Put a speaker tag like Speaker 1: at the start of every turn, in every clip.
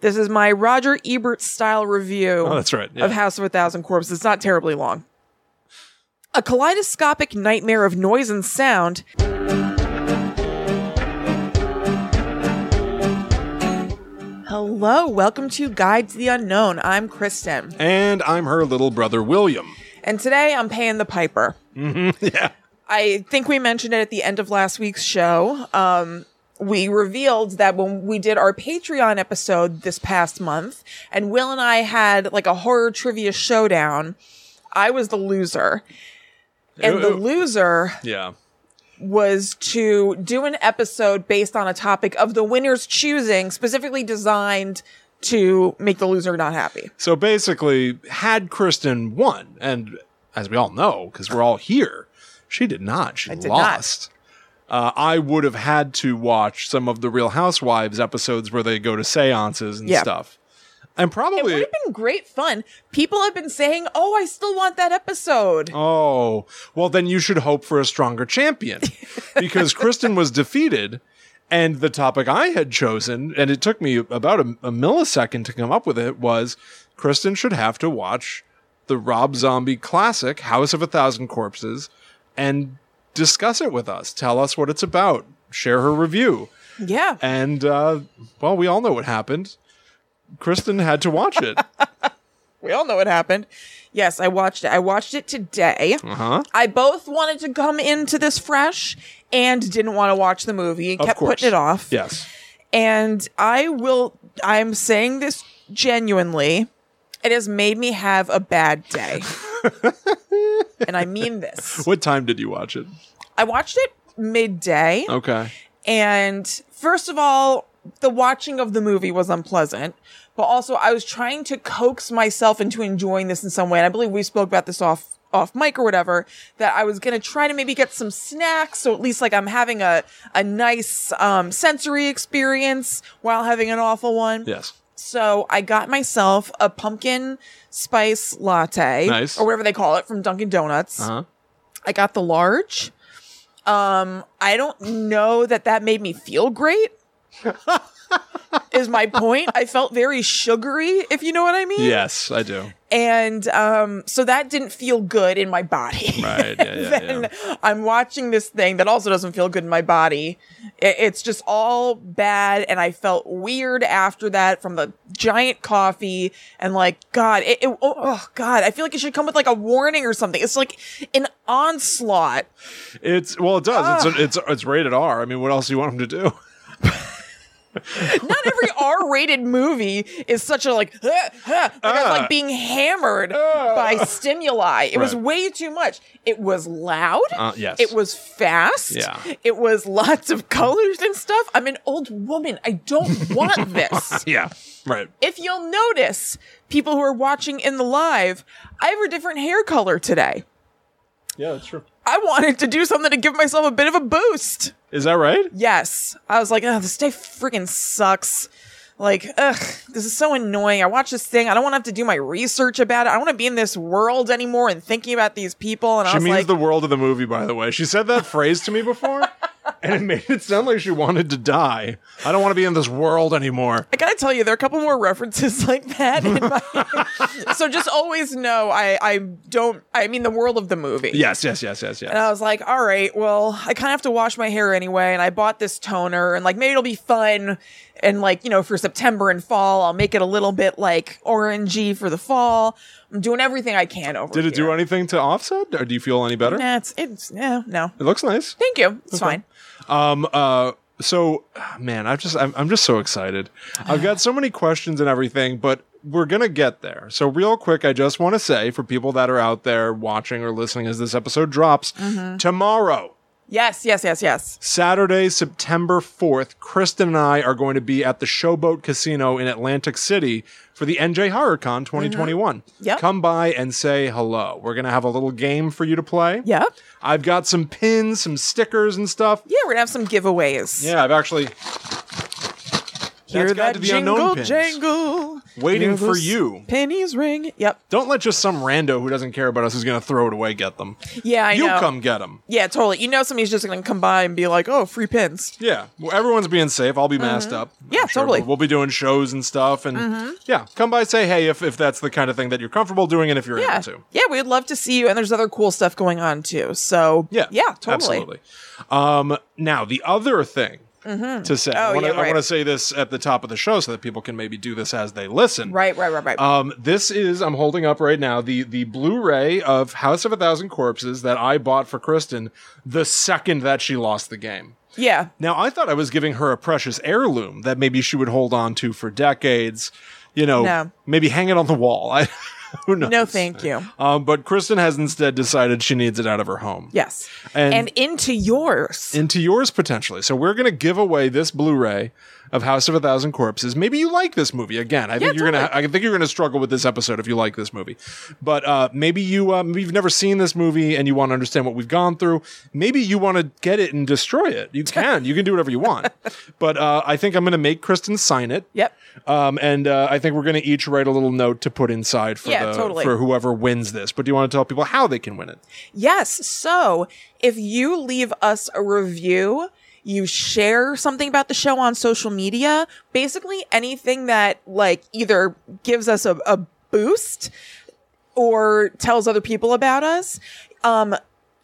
Speaker 1: This is my Roger Ebert style review
Speaker 2: Oh, that's right. Yeah.
Speaker 1: of House of a Thousand Corpses. It's not terribly long. A kaleidoscopic nightmare of noise and sound Hello, welcome to Guide to the Unknown. I'm Kristen,
Speaker 2: and I'm her little brother William.
Speaker 1: and today I'm paying the piper.
Speaker 2: yeah.
Speaker 1: I think we mentioned it at the end of last week's show. Um, we revealed that when we did our Patreon episode this past month, and Will and I had like a horror trivia showdown, I was the loser. And the
Speaker 2: Ooh.
Speaker 1: loser
Speaker 2: Yeah.
Speaker 1: was to do an episode based on a topic of the winner's choosing, specifically designed to make the loser not happy.
Speaker 2: So basically, had Kristen won, and as we all know, because we're all here, she did not. She
Speaker 1: did
Speaker 2: lost. Uh, I would have had to watch some of the Real Housewives episodes where they go to seances and
Speaker 1: Yeah.
Speaker 2: stuff. And
Speaker 1: It would
Speaker 2: probably,
Speaker 1: have been great fun. People have been saying, "Oh, I still want that episode."
Speaker 2: oh, well, then you should hope for a stronger champion because Kristen was defeated. And the topic I had chosen, and it took me about a, a millisecond to come up with it, was Kristen should have to watch the Rob Zombie classic, House of a Thousand Corpses, and discuss it with us. Tell us what it's about. Share her review.
Speaker 1: Yeah.
Speaker 2: And, uh, well, we all know what happened. Kristen had to watch it.
Speaker 1: We all know what happened. Yes, I watched it. I watched it today.
Speaker 2: Huh?
Speaker 1: I both wanted to come into this fresh and didn't want to watch the movie and
Speaker 2: Of
Speaker 1: kept
Speaker 2: course.
Speaker 1: putting it off.
Speaker 2: Yes.
Speaker 1: And I will, I'm saying this genuinely. It has made me have a bad day. and I mean this.
Speaker 2: What time did you watch it?
Speaker 1: I watched it midday.
Speaker 2: Okay.
Speaker 1: And first of all, the watching of the movie was unpleasant, but also I was trying to coax myself into enjoying this in some way. And I believe we spoke about this off off mic or whatever that I was going to try to maybe get some snacks so at least like I'm having a a nice um sensory experience while having an awful one.
Speaker 2: Yes.
Speaker 1: So I got myself a pumpkin spice latte
Speaker 2: Nice.
Speaker 1: or whatever they call it from Dunkin Donuts.
Speaker 2: Uh-huh.
Speaker 1: I got the large. Um, I don't know that that made me feel great. is my point. I felt very sugary, if you know what I mean.
Speaker 2: Yes, I do.
Speaker 1: And um, so that didn't feel good in my body.
Speaker 2: Right. Yeah, yeah,
Speaker 1: then I'm watching this thing that also doesn't feel good in my body. I- It's just all bad, and I felt weird after that from the giant coffee and like God, it, it- oh, oh God, I feel like it should come with like a warning or something. It's like an onslaught.
Speaker 2: yeah. It's well, it does.
Speaker 1: Ah.
Speaker 2: It's, it's it's rated R. I mean, what else do you want him to do?
Speaker 1: Not every R-rated movie is such a like, "Huh, huh," like I was, like being hammered by stimuli. It was
Speaker 2: Uh. Right.
Speaker 1: way too much. It was loud.
Speaker 2: Uh, yes.
Speaker 1: It was fast.
Speaker 2: Yeah.
Speaker 1: It was lots of colors and stuff. I'm an old woman. I don't want this.
Speaker 2: Yeah. Right.
Speaker 1: If you'll notice, people who are watching in the live, I have a different hair color today.
Speaker 2: Yeah, that's true.
Speaker 1: I wanted to do something to give myself a bit of a boost.
Speaker 2: Is that right?
Speaker 1: Yes. I was like, oh, this day freaking sucks. Like, ugh, this is so annoying. I watch this thing. I don't want to have to do my research about it. I don't want to be in this world anymore and thinking about these people. And I
Speaker 2: She
Speaker 1: was
Speaker 2: means
Speaker 1: like,
Speaker 2: the world of the movie, by the way. She said that phrase to me before, and it made it sound like she wanted to die. I don't want to be in this world anymore.
Speaker 1: I gotta tell you, there are a couple more references like that. In my- so just always know I I don't. I mean, the world of the movie.
Speaker 2: Yes, yes, yes, yes, yes.
Speaker 1: And I was like, all right, well, I kind of have to wash my hair anyway. And I bought this toner and like, maybe it'll be fun. And like, you know, for September and fall, I'll make it a little bit like orangey for the fall. I'm doing everything I can over
Speaker 2: Did it do
Speaker 1: here.
Speaker 2: anything to offset, or do you feel any better?
Speaker 1: Nah, it's, it's, yeah, no.
Speaker 2: It looks nice.
Speaker 1: Thank you. It's fine.
Speaker 2: Um. Uh. So, man, I've just I'm, I'm just so excited. I've got so many questions and everything, but we're gonna get there. So, real quick, I just want to say for people that are out there watching or listening as this episode drops tomorrow.
Speaker 1: Yes, yes, yes, yes.
Speaker 2: Saturday, September 4th, Kristen and I are going to be at the Showboat Casino in Atlantic City for the NJ HorrorCon 2021.
Speaker 1: Yep.
Speaker 2: Come by and say hello. We're going to have a little game for you to play.
Speaker 1: Yeah.
Speaker 2: I've got some pins, some stickers, and stuff.
Speaker 1: Yeah, we're gonna have some giveaways.
Speaker 2: Yeah, I've actually
Speaker 1: Hear
Speaker 2: got
Speaker 1: that
Speaker 2: to be unknown
Speaker 1: jingle
Speaker 2: pins.
Speaker 1: jangle.
Speaker 2: Waiting
Speaker 1: Hear
Speaker 2: for
Speaker 1: those
Speaker 2: you.
Speaker 1: Pennies ring. Yep.
Speaker 2: Don't let just some rando who doesn't care about us who's going to throw it away get them.
Speaker 1: Yeah, I
Speaker 2: you
Speaker 1: know.
Speaker 2: come get them.
Speaker 1: Yeah, totally. You know somebody's just going to come by and be like, oh, free pins.
Speaker 2: Yeah. Well, everyone's being safe. I'll be masked up.
Speaker 1: Mm-hmm. Yeah,
Speaker 2: I'm
Speaker 1: totally. Mm-hmm.
Speaker 2: We'll be doing shows and stuff. And yeah, come by, say hey if, if that's the kind of thing that you're comfortable doing and if you're
Speaker 1: Yeah.
Speaker 2: able to.
Speaker 1: Yeah, we'd love to see you. And there's other cool stuff going on too. So,
Speaker 2: Yeah.
Speaker 1: Yeah, totally.
Speaker 2: Absolutely. Um, now, the other thing to say, I
Speaker 1: Oh,
Speaker 2: wanna-
Speaker 1: yeah,
Speaker 2: I
Speaker 1: right.
Speaker 2: want to say this at the top of the show so that people can maybe do this as they listen.
Speaker 1: Right, right, right, right.
Speaker 2: Um, this is I'm holding up right now the the Blu-ray of House of a Thousand Corpses that I bought for Kristen the second that she lost the game.
Speaker 1: yeah.
Speaker 2: Now I thought I was giving her a precious heirloom that maybe she would hold on to for decades, you know,
Speaker 1: No.
Speaker 2: maybe hang it on the wall. I who knows.
Speaker 1: No, thank you.
Speaker 2: Um, but Kristen has instead decided she needs it out of her home.
Speaker 1: Yes.
Speaker 2: And-
Speaker 1: And, into yours.
Speaker 2: Into yours potentially. So we're gonna give away this Blu-ray of House of a Thousand Corpses. Maybe you like this movie again. I think you're gonna. I think you're gonna struggle with this episode if you like this movie. But uh, maybe you uh, maybe you've never seen this movie and you want to understand what we've gone through. Maybe you want to get it and destroy it. You can. you can do whatever you want. But uh, I think I'm gonna make Kristen sign it.
Speaker 1: Yep.
Speaker 2: Um, and uh, I think we're gonna each write a little note to put inside for
Speaker 1: Yeah,
Speaker 2: the,
Speaker 1: totally.
Speaker 2: for whoever wins this. But do you want to tell people how they can win it?
Speaker 1: Yes. So if you leave us a review, you share something about the show on social media, basically anything that like either gives us a, a boost or tells other people about us, um,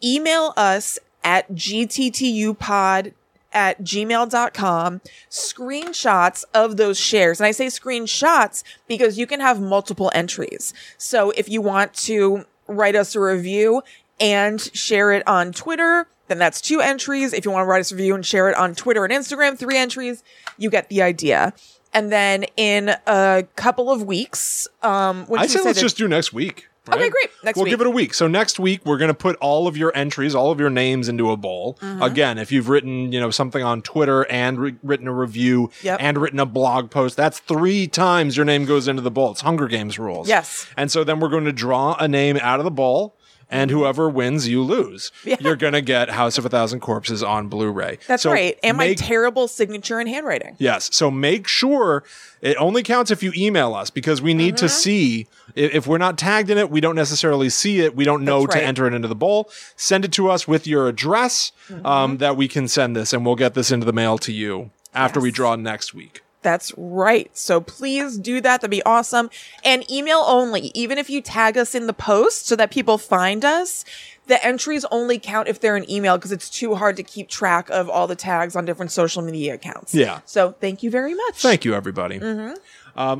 Speaker 1: email us at gttupod at gmail.com screenshots of those shares. And I say screenshots because you can have multiple entries. So if you want to write us a review and share it on Twitter, then that's two entries. If you want to write us a review and share it on Twitter and Instagram, three entries. You get the idea. And then in a couple of weeks, um, when
Speaker 2: I
Speaker 1: should we
Speaker 2: said
Speaker 1: say
Speaker 2: let's
Speaker 1: that-
Speaker 2: just do next week.
Speaker 1: Okay, great. Next
Speaker 2: we'll
Speaker 1: week.
Speaker 2: give it a week. So next week we're going to put all of your entries, all of your names into a bowl.
Speaker 1: Uh-huh.
Speaker 2: Again, if you've written, you know, something on Twitter and re- written a review
Speaker 1: Yep.
Speaker 2: and written a blog post, that's three times your name goes into the bowl. It's Hunger Games rules.
Speaker 1: Yes.
Speaker 2: And so then we're going to draw a name out of the bowl. And whoever wins, you lose. You're gonna get House of a Thousand Corpses on Blu-ray.
Speaker 1: That's
Speaker 2: So
Speaker 1: right. And
Speaker 2: make-
Speaker 1: my terrible signature and handwriting.
Speaker 2: Yes. So make sure it only counts if you email us because we need
Speaker 1: Mm-hmm.
Speaker 2: to see i- if we're not tagged in it, we don't necessarily see it. We don't know
Speaker 1: That's
Speaker 2: to
Speaker 1: right.
Speaker 2: enter it into the bowl. Send it to us with your address
Speaker 1: Mm-hmm.
Speaker 2: um, that we can send this and we'll get this into the mail to you after we draw next week.
Speaker 1: That's right. So please do that. That'd be awesome. And email only, even if you tag us in the post so that people find us, the entries only count if they're an email because it's too hard to keep track of all the tags on different social media accounts.
Speaker 2: Yeah.
Speaker 1: So thank you very much.
Speaker 2: Thank you, everybody. Um,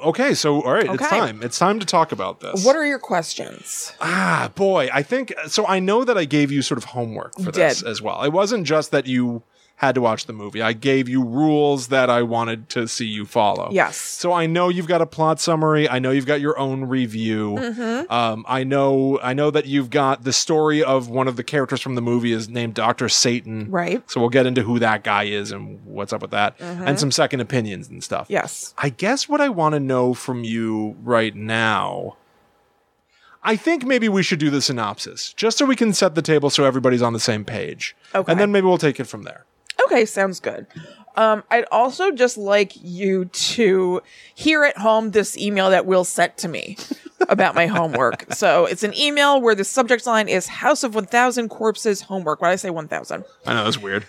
Speaker 2: okay. So, all right. It's
Speaker 1: Mm-hmm. Okay.
Speaker 2: time. It's time to talk about this.
Speaker 1: What are your questions?
Speaker 2: Ah, boy, I think so. I know that I gave you sort of homework for this
Speaker 1: did.
Speaker 2: as well. It wasn't just that you had to watch the movie. I gave you rules that I wanted to see you follow.
Speaker 1: Yes.
Speaker 2: So I know you've got a plot summary. I know you've got your own review.
Speaker 1: Mm-hmm.
Speaker 2: Um, I know. I know that you've got the story of one of the characters from the movie is named Doctor Satan.
Speaker 1: Right. Mm-hmm.
Speaker 2: So we'll get into who that guy is and what's up with that, and some second opinions and stuff.
Speaker 1: Yes.
Speaker 2: I guess what I want to know from you right now. I think maybe we should do the synopsis just so we can set the table so everybody's on the same page.
Speaker 1: Okay.
Speaker 2: And then maybe we'll take it from there.
Speaker 1: Okay, sounds good. Um, I'd also just like you to hear at home this email that Will sent to me about my homework. so it's an email where the subject line is House of 1000 Corpses Homework. Why did I say 1000?
Speaker 2: I know that's weird.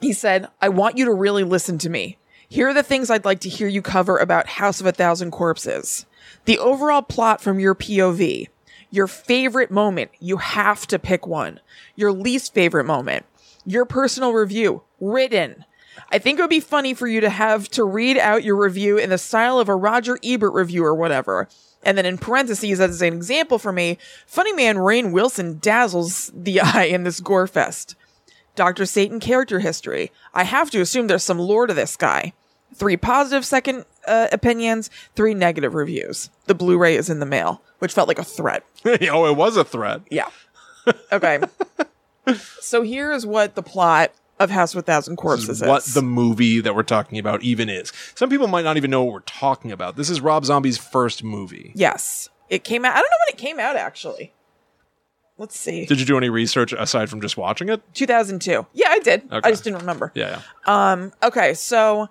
Speaker 1: He said, I want you to really listen to me. Here are the things I'd like to hear you cover about House of a Thousand Corpses. The overall plot from your POV. Your favorite moment. You have to pick one. Your least favorite moment. Your personal review. Written. I think it would be funny for you to have to read out your review in the style of a Roger Ebert review or whatever. And then in parentheses, as an example for me, funny man Rain Wilson dazzles the eye in this gore fest. Dr. Satan character history. I have to assume there's some lore to this guy. Three positive second uh, opinions, three negative reviews. The Blu ray is in the mail, which felt like a threat.
Speaker 2: oh, it was a threat.
Speaker 1: Yeah. Okay. so here is what the plot of House with Thousand Corpses is.
Speaker 2: What the movie that we're talking about even is. Some people might not even know what we're talking about. This is Rob Zombie's first movie.
Speaker 1: Yes. It came out. I don't know when it came out, actually. Let's see.
Speaker 2: Did you do any research aside from just watching it?
Speaker 1: 2002. Yeah, I did.
Speaker 2: Okay.
Speaker 1: I just didn't remember.
Speaker 2: Yeah.
Speaker 1: Um, okay, so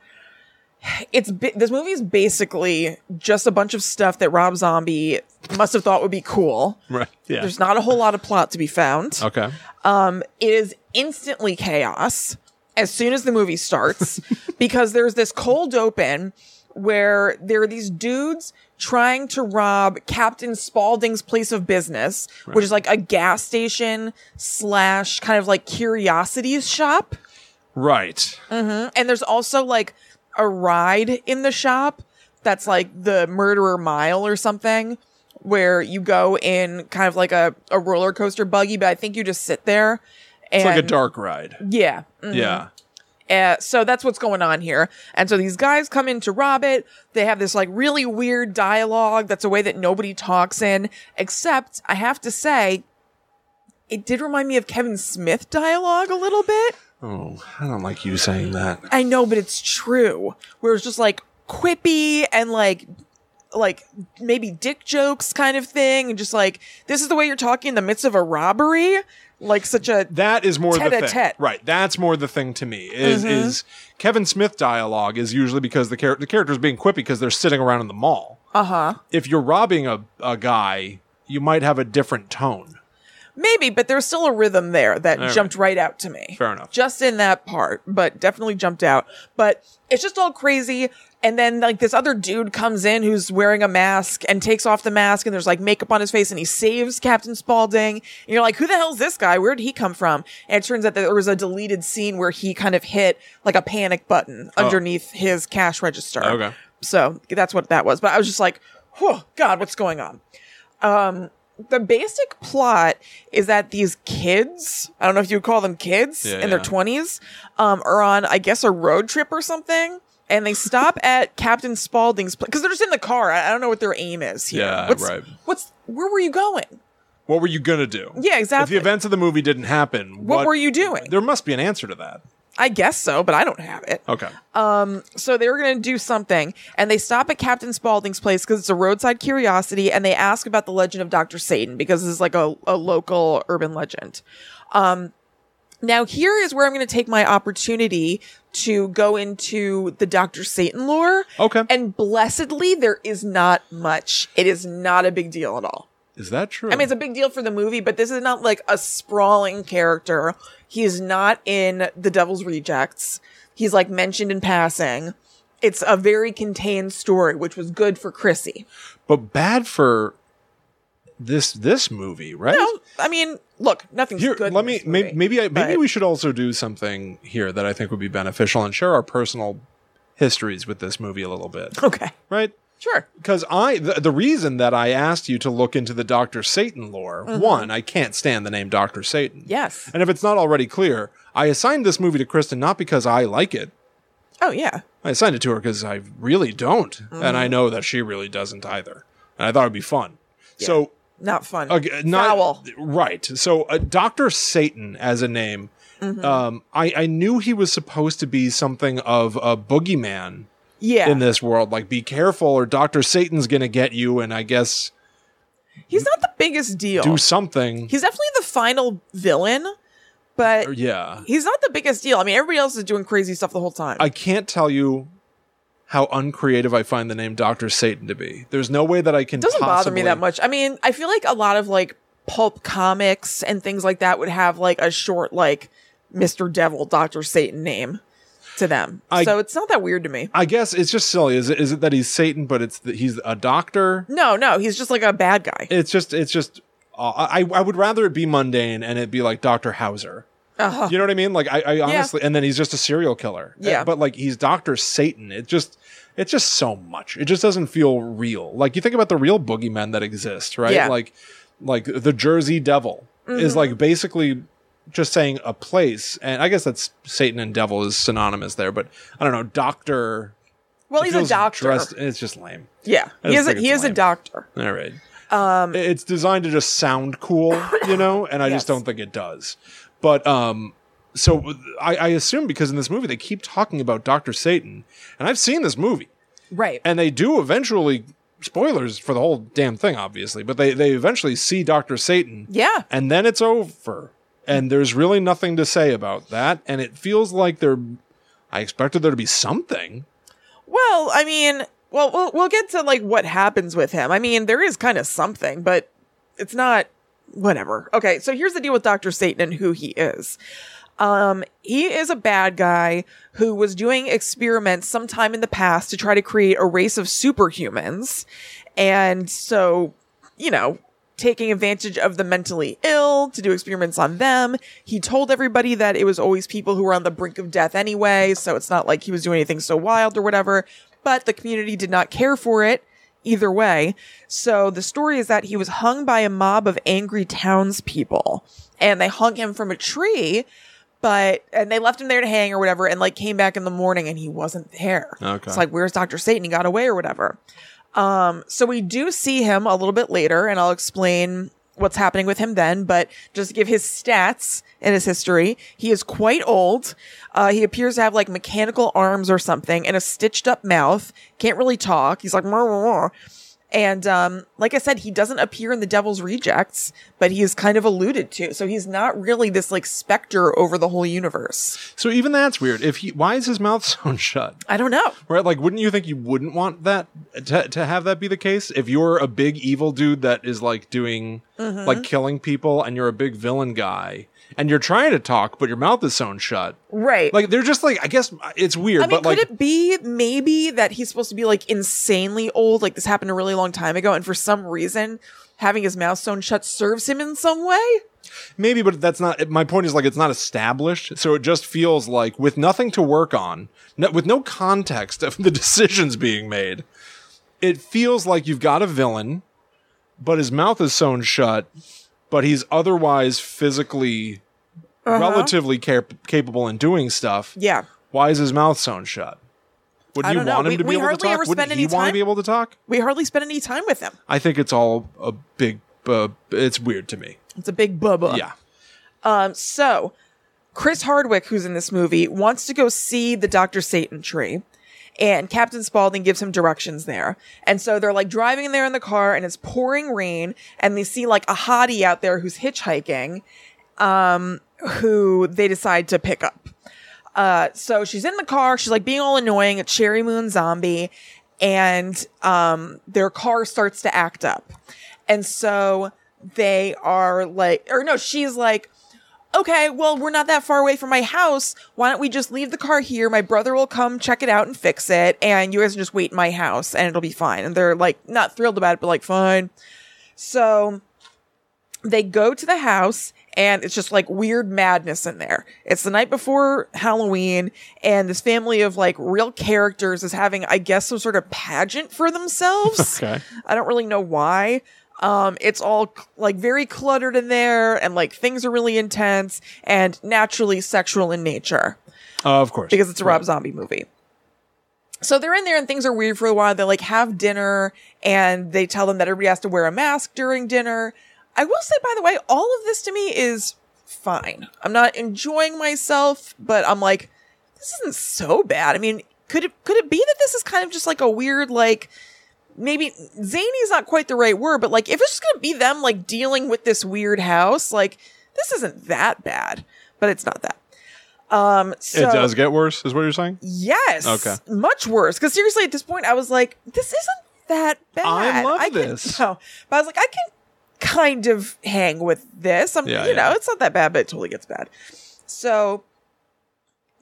Speaker 1: it's bi- this movie is basically just a bunch of stuff that Rob Zombie must have thought would be cool.
Speaker 2: Right. Yeah.
Speaker 1: There's not a whole lot of plot to be found.
Speaker 2: okay.
Speaker 1: Um, it is instantly chaos as soon as the movie starts because there's this cold open where there are these dudes trying to rob Captain Spaulding's place of business, which is like a gas station slash kind of like curiosities shop.
Speaker 2: Right.
Speaker 1: And there's also like a ride in the shop that's like the murderer mile or something where you go in kind of like a, a roller coaster buggy, but I think you just sit there. And
Speaker 2: It's like a dark ride.
Speaker 1: Yeah. Mm.
Speaker 2: Yeah.
Speaker 1: Uh, so that's what's going on here. And so these guys come in to rob it. They have this like really weird dialogue that's a way that nobody talks in, except I have to say, it did remind me of Kevin Smith dialogue a little bit.
Speaker 2: Oh, I don't like you saying that.
Speaker 1: I know, but it's true. Where it's just like quippy and like like maybe dick jokes kind of thing, and just like this is the way you're talking in the midst of a robbery, like such a
Speaker 2: That is more the thing.
Speaker 1: Tête-à-tête.
Speaker 2: Right. That's more the thing to me. Is
Speaker 1: Mm-hmm.
Speaker 2: is Kevin Smith dialogue is usually because the char- the character's being quippy because they're sitting around in the mall.
Speaker 1: uh huh.
Speaker 2: If you're robbing a, a guy, you might have a different tone.
Speaker 1: Maybe, but there's still a rhythm there that
Speaker 2: right.
Speaker 1: jumped right out to me.
Speaker 2: Fair enough.
Speaker 1: Just in that part, but definitely jumped out. But it's just all crazy. And then like this other dude comes in who's wearing a mask and takes off the mask and there's like makeup on his face and he saves Captain Spaulding. And you're like, who the hell's this guy? Where did he come from? And it turns out that there was a deleted scene where he kind of hit like a panic button underneath his cash register.
Speaker 2: Oh. Okay.
Speaker 1: So that's what that was. But I was just like, whoa, God, what's going on? the basic plot is that these kids, I don't know if you would call them kids
Speaker 2: Yeah,
Speaker 1: in their
Speaker 2: yeah.
Speaker 1: 20s, um, are on, I guess, a road trip or something. And they stop at Captain Spaulding's place because they're just in the car. I I don't know what their aim is here.
Speaker 2: Yeah,
Speaker 1: what's,
Speaker 2: right.
Speaker 1: What's where were you going?
Speaker 2: What were you gonna do?
Speaker 1: Yeah,
Speaker 2: If the
Speaker 1: exactly.
Speaker 2: events of the movie didn't happen,
Speaker 1: What were you doing?
Speaker 2: There must be an answer to that.
Speaker 1: I guess so, but I don't have it.
Speaker 2: Okay.
Speaker 1: Uh, So they were going to do something, and they stop at Captain Spaulding's place because it's a roadside curiosity, and they ask about the legend of Dr. Satan because this is like a, a local urban legend. Um, now, here is where I'm going to take my opportunity to go into the Dr. Satan lore.
Speaker 2: Okay.
Speaker 1: And blessedly, there is not much. It is not a big deal at all.
Speaker 2: is that true?
Speaker 1: I mean, it's a big deal for the movie, but this is not like a sprawling character. He is not in The Devil's Rejects. He's like mentioned in passing. It's a very contained story, which was good for Chrissy.
Speaker 2: but bad for this this movie, right?
Speaker 1: No, I mean, look, nothing's
Speaker 2: Here,
Speaker 1: good.
Speaker 2: let
Speaker 1: in
Speaker 2: me
Speaker 1: this
Speaker 2: may-
Speaker 1: movie,
Speaker 2: maybe I, maybe
Speaker 1: but-
Speaker 2: we should also do something here that I think would be beneficial and share our personal histories with this movie a little bit,
Speaker 1: Okay,
Speaker 2: right?
Speaker 1: sure.
Speaker 2: Because I the, the reason that I asked you to look into the Doctor Satan lore, one, I can't stand the name Doctor Satan.
Speaker 1: Mm-hmm. Yes.
Speaker 2: And if it's not already clear, I assigned this movie to Kristen not because I like it.
Speaker 1: Oh yeah.
Speaker 2: I assigned it to her because I really don't, and
Speaker 1: Mm-hmm.
Speaker 2: I know that she really doesn't either. And I thought it'd be fun. So
Speaker 1: Not fun.
Speaker 2: Okay, not
Speaker 1: Foul.
Speaker 2: right. So uh, Doctor Satan as a name,
Speaker 1: Mm-hmm.
Speaker 2: um, I, I knew he was supposed to be something of a boogeyman
Speaker 1: Yeah.
Speaker 2: in this world. Like, be careful, or Doctor Satan's gonna get you. And I guess
Speaker 1: He's not the biggest deal.
Speaker 2: do something.
Speaker 1: Oh. He's definitely the final villain, but
Speaker 2: yeah,
Speaker 1: he's not the biggest deal. I mean, everybody else is doing crazy stuff the whole time.
Speaker 2: I can't tell you how uncreative I find the name Doctor Satan to be. There's no way that I can.
Speaker 1: doesn't bother me
Speaker 2: possibly-
Speaker 1: that much. I mean, I feel like a lot of like pulp comics and things like that would have like a short like Mr. Devil, Doctor Satan name to them.
Speaker 2: I-
Speaker 1: so it's not that weird to me.
Speaker 2: I guess it's just silly. Is it, is it that he's Satan, but it's that he's a doctor?
Speaker 1: No, no, he's just like a bad guy.
Speaker 2: it's just it's just uh, I I would rather it be mundane and it be like Doctor Hauser.
Speaker 1: Uh-huh.
Speaker 2: You know what I mean? Like I, I honestly, and then he's just a serial killer.
Speaker 1: Yeah.
Speaker 2: Uh, but like he's Doctor Satan. It just it's just so much. It just doesn't feel real. Like you think about the real boogeymen that exist, right?
Speaker 1: Yeah. Mm-hmm.
Speaker 2: Like like the Jersey Devil is like basically just saying a place, and I guess that's Satan and devil is synonymous there. But I don't know, Doctor.
Speaker 1: Well, he's a
Speaker 2: feels
Speaker 1: doctor.
Speaker 2: dressed- it's just lame.
Speaker 1: yeah, he
Speaker 2: just
Speaker 1: is. A,
Speaker 2: think
Speaker 1: he
Speaker 2: it's
Speaker 1: is a
Speaker 2: lame.
Speaker 1: doctor.
Speaker 2: All right. Um, it's designed to just sound cool, you know, and I just
Speaker 1: Yes.
Speaker 2: don't think it does. But um, so I, I assume because in this movie they keep talking about Doctor Satan, and I've seen this movie,
Speaker 1: Right.
Speaker 2: and they do eventually spoilers for the whole damn thing, obviously, but they they eventually see Doctor Satan,
Speaker 1: yeah.
Speaker 2: and then it's over, and there's really nothing to say about that, and it feels like they're. I expected there to be something.
Speaker 1: Well, I mean, well, we'll we'll get to like what happens with him. I mean, there is kind of something, but it's not whatever. Okay, so here's the deal with Dr. Satan and who he is. Um, he is a bad guy who was doing experiments sometime in the past to try to create a race of superhumans. And so, you know, taking advantage of the mentally ill to do experiments on them. He told everybody that it was always people who were on the brink of death anyway, so it's not like he was doing anything so wild or whatever, but the community did not care for it either way. So the story is that he was hung by a mob of angry townspeople and they hung him from a tree, but and they left him there to hang or whatever and like came back in the morning and he wasn't there.
Speaker 2: Okay.
Speaker 1: It's like where's Dr. Satan? He got away or whatever. Um, so we do see him a little bit later, and I'll explain what's happening with him then. But just to give his stats and his history, he is quite old. Uh, he appears to have like mechanical arms or something, and a stitched up mouth. Can't really talk. He's like, "Meow, meow, meow." and um, like I said, he doesn't appear in the Devil's Rejects, but he is kind of alluded to. So he's not really this like specter over the whole universe.
Speaker 2: So even that's weird. If he, why is his mouth sewn shut?
Speaker 1: I don't know.
Speaker 2: Right? Like, wouldn't you think you wouldn't want that to, to have that be the case? If you're a big evil dude that is like doing,
Speaker 1: Mm-hmm.
Speaker 2: like killing people, and you're a big villain guy, and you're trying to talk, but your mouth is sewn shut.
Speaker 1: Right.
Speaker 2: Like, they're just like, I guess it's weird,
Speaker 1: I mean,
Speaker 2: but like,
Speaker 1: could it be maybe that he's supposed to be like insanely old? Like this happened a really long time ago, and for some reason, having his mouth sewn shut serves him in some way.
Speaker 2: maybe, but that's not, my point is like, it's not established. So it just feels like with nothing to work on, no, with no context of the decisions being made, it feels like you've got a villain, but his mouth is sewn shut, but he's otherwise physically relatively cap- capable in doing stuff.
Speaker 1: Uh-huh. Yeah.
Speaker 2: Why is his mouth sewn shut? Would
Speaker 1: I
Speaker 2: you
Speaker 1: don't know.
Speaker 2: want him
Speaker 1: We-
Speaker 2: to be
Speaker 1: we
Speaker 2: able to
Speaker 1: hardly
Speaker 2: talk?
Speaker 1: ever
Speaker 2: Wouldn't
Speaker 1: spend any
Speaker 2: he want to
Speaker 1: time-
Speaker 2: be able to talk?
Speaker 1: We hardly spend any time with him.
Speaker 2: I think it's all a big. Uh, it's weird to me.
Speaker 1: It's a big bubba.
Speaker 2: Yeah.
Speaker 1: Um, so Chris Hardwick, who's in this movie, wants to go see the Dr. Satan tree. And Captain Spaulding gives him directions there. And so they're like driving there in the car and it's pouring rain. And they see like a hottie out there who's hitchhiking, um, who they decide to pick up. Uh, so she's in the car. She's like being all annoying, a cherry moon zombie. And um, their car starts to act up. And so they are like, or no, she's like, okay, well, we're not that far away from my house. Why don't we just leave the car here? My brother will come check it out and fix it, and you guys can just wait in my house and it'll be fine. And they're like, not thrilled about it, but like, fine. So they go to the house and it's just like weird madness in there. It's the night before Halloween and this family of like real characters is having, I guess, some sort of pageant for themselves.
Speaker 2: Okay.
Speaker 1: I don't really know why. Um, it's all cl- like very cluttered in there and like things are really intense and naturally sexual in nature
Speaker 2: Uh, of course.
Speaker 1: because it's a Rob Zombie movie. So they're in there and things are weird for a while. They like have dinner and they tell them that everybody has to wear a mask during dinner. I will say, by the way, all of this to me is fine. I'm not enjoying myself, but I'm like, this isn't so bad. I mean, could it could it be that this is kind of just like a weird like maybe zany is not quite the right word, but like if it's just gonna be them like dealing with this weird house, like this isn't that bad, but it's not that. Um, so,
Speaker 2: it does get worse, is what you're saying.
Speaker 1: Yes.
Speaker 2: Okay.
Speaker 1: Much worse. Because seriously, at this point, I was like, this isn't that bad.
Speaker 2: I love
Speaker 1: can-
Speaker 2: this.
Speaker 1: no. But I was like, I can kind of hang with this. I'm,
Speaker 2: Yeah,
Speaker 1: you know,
Speaker 2: yeah.
Speaker 1: it's not that bad, but it totally gets bad. So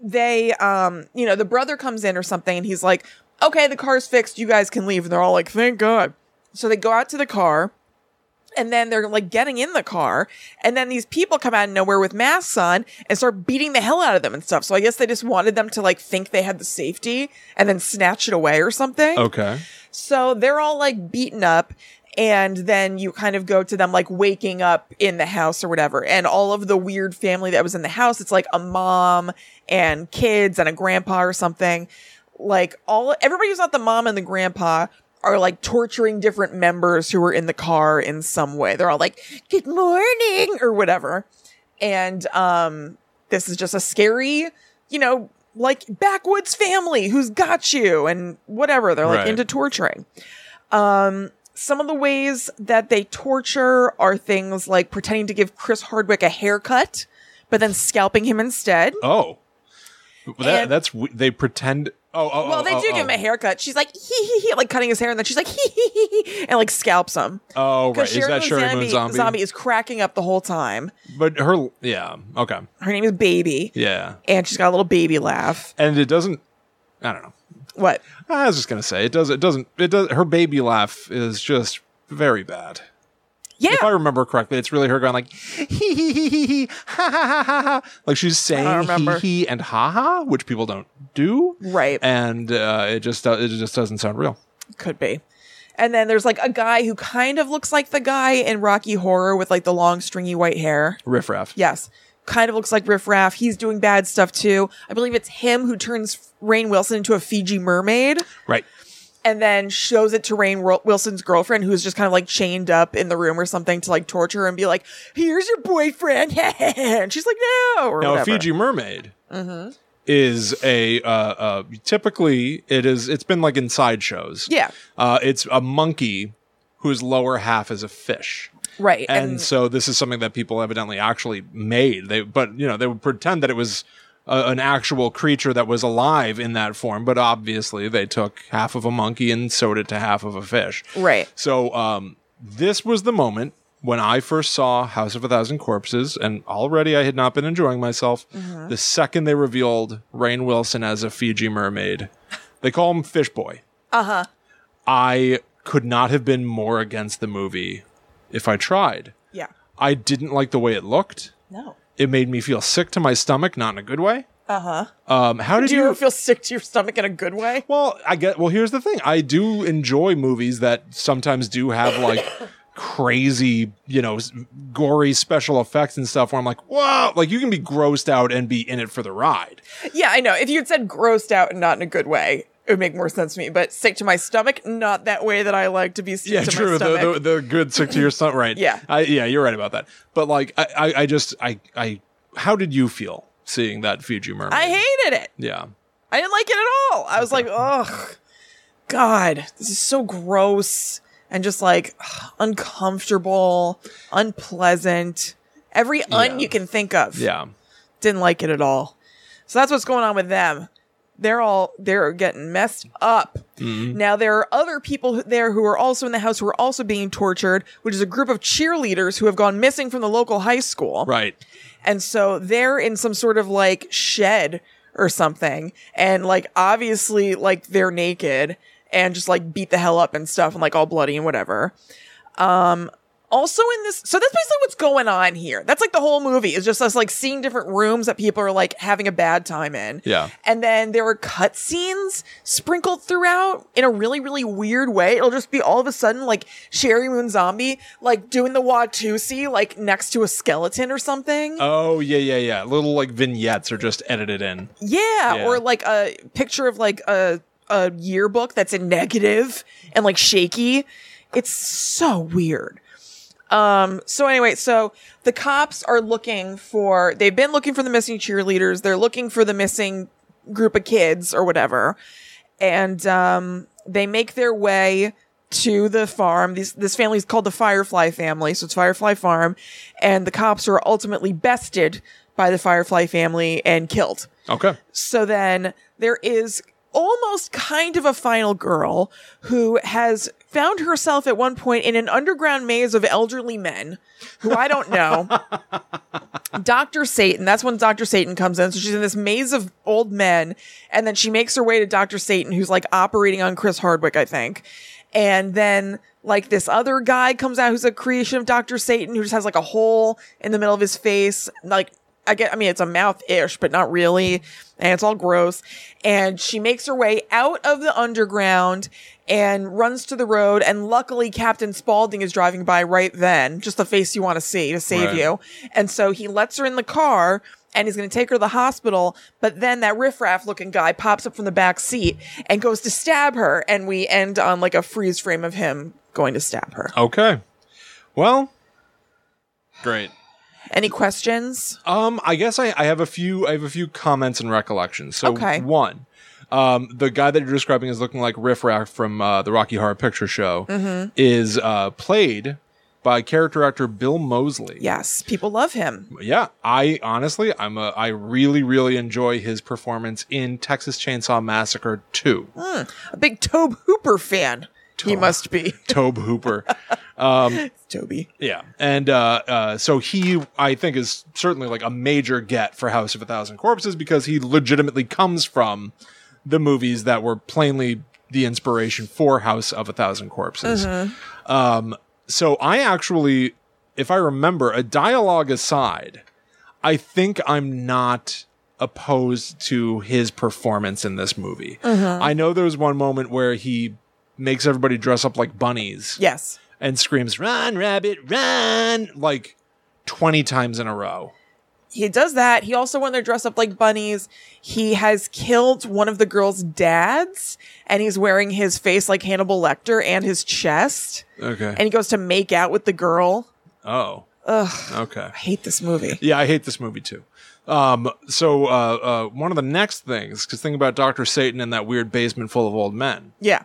Speaker 1: they, um, you know, the brother comes in or something and he's like, okay, the car's fixed. You guys can leave. And they're all like, thank God. So they go out to the car and then they're like getting in the car and then these people come out of nowhere with masks on and start beating the hell out of them and stuff so i guess they just wanted them to like think they had the safety and then snatch it away or something
Speaker 2: Okay.
Speaker 1: so they're all like beaten up and then you kind of go to them like waking up in the house or whatever and all of the weird family that was in the house it's like a mom and kids and a grandpa or something like all everybody who's not the mom and the grandpa are like torturing different members who were in the car in some way. They're all like, good morning or whatever. And um, this is just a scary, you know, like backwoods family who's got you and whatever. They're like
Speaker 2: Right.
Speaker 1: into torturing. Um, some of the ways that they torture are things like pretending to give Chris Hardwick a haircut, but then scalping him instead.
Speaker 2: Oh, Well, that,
Speaker 1: And-
Speaker 2: that's w- they pretend. Oh, oh,
Speaker 1: Well,
Speaker 2: oh,
Speaker 1: they
Speaker 2: oh,
Speaker 1: do
Speaker 2: oh.
Speaker 1: give him a haircut. She's like, hee hee hee, like cutting his hair, and then she's like, hee hee hee, hee, and like scalps him.
Speaker 2: Oh, right. Is
Speaker 1: Sheridan
Speaker 2: that Sherry Moon Zombie?
Speaker 1: Zombie is cracking up the whole time.
Speaker 2: But her, yeah, okay,
Speaker 1: Her name is Baby,
Speaker 2: yeah,
Speaker 1: and she's got a little baby laugh.
Speaker 2: and it doesn't. I don't know.
Speaker 1: What?
Speaker 2: I was just gonna say it does. It doesn't. It does. Her baby laugh is just very bad.
Speaker 1: Yeah.
Speaker 2: If I remember correctly, it's really her going like hee hee hee hee hee ha ha ha ha ha. Like she's saying hee
Speaker 1: remember.
Speaker 2: hee and ha ha, which people don't do.
Speaker 1: Right.
Speaker 2: And uh, it just it just doesn't sound real.
Speaker 1: Could be. And then there's like a guy who kind of looks like the guy in Rocky Horror with like the long stringy white hair.
Speaker 2: Riff raff.
Speaker 1: Yes. Kind of looks like Riff Raff. He's doing bad stuff too. I believe it's him who turns Rain Wilson into a Fiji mermaid
Speaker 2: Right.
Speaker 1: and then shows it to Rain Wil- Wilson's girlfriend who's just kind of like chained up in the room or something to like torture her and be like, here's your boyfriend. and she's like, no. Or
Speaker 2: Now,
Speaker 1: whatever. Mm-hmm.
Speaker 2: a Fiji mermaid is a uh, uh, typically it is it's been like in sideshows.
Speaker 1: Yeah.
Speaker 2: uh, it's a monkey whose lower half is a fish.
Speaker 1: Right.
Speaker 2: And,
Speaker 1: And,
Speaker 2: so this is something that people evidently actually made. They but you know they would pretend that it was a, an actual creature that was alive in that form, but obviously they took half of a monkey and sewed it to half of a fish.
Speaker 1: right.
Speaker 2: So um, this was the moment when I first saw House of a Thousand Corpses, and already I had not been enjoying myself.
Speaker 1: Mm-hmm.
Speaker 2: The second they revealed Rain Wilson as a Fiji mermaid, they call him Fish Boy.
Speaker 1: Uh-huh.
Speaker 2: Uh huh. I could not have been more against the movie if I tried.
Speaker 1: Yeah.
Speaker 2: I didn't like the way it looked.
Speaker 1: No.
Speaker 2: It made me feel sick to my stomach, not in a good way.
Speaker 1: Uh huh.
Speaker 2: Um, how did
Speaker 1: Do you
Speaker 2: you
Speaker 1: ever feel sick to your stomach in a good way?
Speaker 2: well, I get. Well, here's the thing. I do enjoy movies that sometimes do have like crazy, you know, s- gory special effects and stuff. Where I'm like, whoa, like you can be grossed out and be in it for the ride.
Speaker 1: Yeah, I know. If you'd said grossed out and not in a good way, it would make more sense to me. But sick to my stomach, not that way that I like to be sick to my stomach.
Speaker 2: The, the, the good sick to your stomach. Right.
Speaker 1: Yeah.
Speaker 2: I, yeah, you're right about that. But like, I, I, I just, I, I, how did you feel seeing that Fiji mermaid?
Speaker 1: I hated it.
Speaker 2: yeah.
Speaker 1: I didn't like it at all. I was like, ugh, God, this is so gross and just like ugh, uncomfortable, unpleasant. Every un
Speaker 2: Yeah.
Speaker 1: you can think of.
Speaker 2: Yeah.
Speaker 1: Didn't like it at all. So that's what's going on with them. They're all they're getting messed up. Now there are other people who- there who are also in the house who are also being tortured, which is a group of cheerleaders who have gone missing from the local high school.
Speaker 2: Right.
Speaker 1: And so they're in some sort of like shed or something. And like obviously like they're naked and just like beat the hell up and stuff and like all bloody and whatever. Um also in this so that's basically what's going on here. That's like the whole movie is just us like seeing different rooms that people are like having a bad time in.
Speaker 2: Yeah.
Speaker 1: And then there are cutscenes sprinkled throughout in a really, really weird way. It'll just be all of a sudden like Sherry Moon Zombie like doing the Watusi like next to a skeleton or something.
Speaker 2: Oh yeah, yeah, yeah. Little like vignettes are just edited in.
Speaker 1: Yeah,
Speaker 2: Yeah.
Speaker 1: or like a picture of like a a yearbook that's in negative and like shaky. It's so weird. Um so anyway, so the cops are looking for they've been looking for the missing cheerleaders. They're looking for the missing group of kids or whatever. And um they make their way to the farm. This this family is called the Firefly family, so it's Firefly Farm, and the cops are ultimately bested by the Firefly family and killed.
Speaker 2: Okay.
Speaker 1: So then there is almost kind of a final girl who has found herself at one point in an underground maze of elderly men who I don't know. Dr. Satan, that's when Dr. Satan comes in. So she's in this maze of old men and then she makes her way to Dr. Satan who's like operating on Chris Hardwick, I think. And then like this other guy comes out who's a creation of Dr. Satan who just has like a hole in the middle of his face, like I get, I mean, it's a mouth ish, but not really. And it's all gross. And she makes her way out of the underground and runs to the road. And luckily, Captain Spaulding is driving by right then, just the face you want to see to save
Speaker 2: Right.
Speaker 1: you. And so he lets her in the car and he's going to take her to the hospital. But then that riffraff looking guy pops up from the back seat and goes to stab her. And we end on like a freeze frame of him going to stab her.
Speaker 2: Okay. Well, great.
Speaker 1: Any questions?
Speaker 2: Um, I guess I, I have a few I have a few comments and recollections. So
Speaker 1: Okay.
Speaker 2: one, um, the guy that you're describing is looking like Riff Raff from uh, the Rocky Horror Picture Show is uh, played by character actor Bill Mosley.
Speaker 1: Yes, people love him.
Speaker 2: Yeah, I honestly, I'm a, I really, really enjoy his performance in Texas Chainsaw Massacre 2.
Speaker 1: A big Tobe Hooper fan. He must be
Speaker 2: Tobe Hooper.
Speaker 1: Toby.
Speaker 2: Yeah, and uh, uh, so he, I think, is certainly like a major get for House of a Thousand Corpses because he legitimately comes from the movies that were plainly the inspiration for House of a Thousand Corpses. Um, so I actually, if I remember, a dialogue aside, I think I'm not opposed to his performance in this movie. I know there's one moment where he makes everybody dress up like bunnies
Speaker 1: Yes.
Speaker 2: and screams "Run, rabbit, run!" like twenty times in a row.
Speaker 1: He does that. He also, when they're dressed up like bunnies, he has killed one of the girl's dads and he's wearing his face like Hannibal Lecter and his chest.
Speaker 2: Okay.
Speaker 1: And he goes to make out with the girl.
Speaker 2: oh. Okay.
Speaker 1: I hate this movie.
Speaker 2: Yeah, I hate this movie too. Um, so uh, uh, one of the next things, because think about Doctor Satan and that weird basement full of old men.
Speaker 1: Yeah.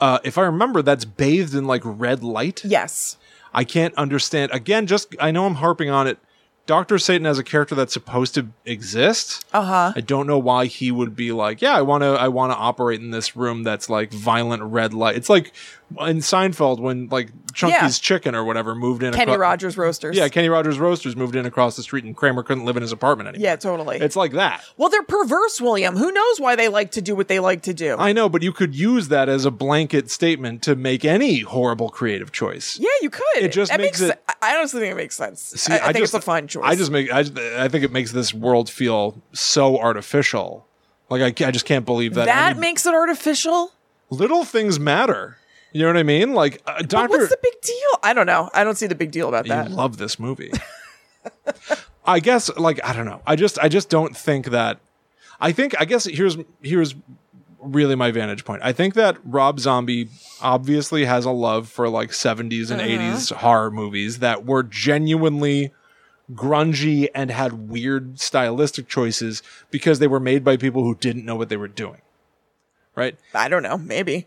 Speaker 2: Uh, if I remember, that's bathed in like red light.
Speaker 1: Yes.
Speaker 2: I can't understand. Again, just I know I'm harping on it. Doctor Satan as a character that's supposed to exist.
Speaker 1: Uh huh.
Speaker 2: I don't know why he would be like, yeah, I want to, I want to operate in this room that's like violent red light. It's like in Seinfeld when like Chunky's
Speaker 1: Yeah.
Speaker 2: chicken or whatever moved in.
Speaker 1: Kenny
Speaker 2: acro-
Speaker 1: Rogers roasters.
Speaker 2: yeah, Kenny Rogers Roasters moved in across the street, and Kramer couldn't live in his apartment anymore.
Speaker 1: Yeah, totally.
Speaker 2: It's like that.
Speaker 1: well, they're perverse, William. Who knows why they like to do what they like to do?
Speaker 2: I know, but you could use that as a blanket statement to make any horrible creative choice.
Speaker 1: yeah, you could.
Speaker 2: It just
Speaker 1: That
Speaker 2: makes
Speaker 1: makes
Speaker 2: it-
Speaker 1: se- I I honestly think it makes sense.
Speaker 2: See,
Speaker 1: I, I think
Speaker 2: just,
Speaker 1: it's a fine choice.
Speaker 2: I just make. I, I think it makes this world feel so artificial. Like I, ca- I just can't believe that.
Speaker 1: that
Speaker 2: any-
Speaker 1: makes it artificial.
Speaker 2: little things matter. You know what I mean? Like uh,
Speaker 1: But
Speaker 2: Doctor.
Speaker 1: what's the big deal? I don't know. I don't see the big deal about that.
Speaker 2: You love this movie. I guess like I don't know. I just I just don't think that I think I guess here's here's really my vantage point. I think that Rob Zombie obviously has a love for like 70s
Speaker 1: Mm-hmm.
Speaker 2: and 80s horror movies that were genuinely grungy and had weird stylistic choices because they were made by people who didn't know what they were doing. Right?
Speaker 1: I don't know. Maybe.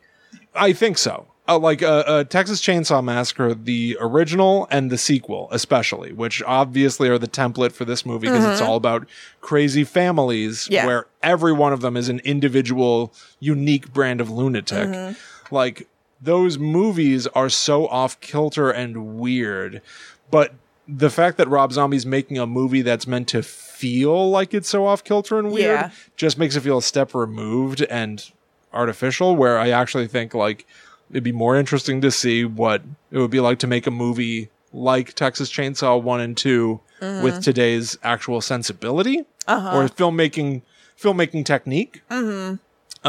Speaker 2: I think so. Uh, like uh, uh, Texas Chainsaw Massacre, the original and the sequel, especially, which obviously are the template for this movie because it's all about crazy families
Speaker 1: Yeah.
Speaker 2: where every one of them is an individual, unique brand of lunatic. Like those movies are so off kilter and weird, but the fact that Rob Zombie's making a movie that's meant to feel like it's so off kilter and weird
Speaker 1: Yeah.
Speaker 2: just makes it feel a step removed and artificial where i actually think like it'd be more interesting to see what it would be like to make a movie like texas chainsaw 1 and 2 with today's actual sensibility or filmmaking filmmaking technique um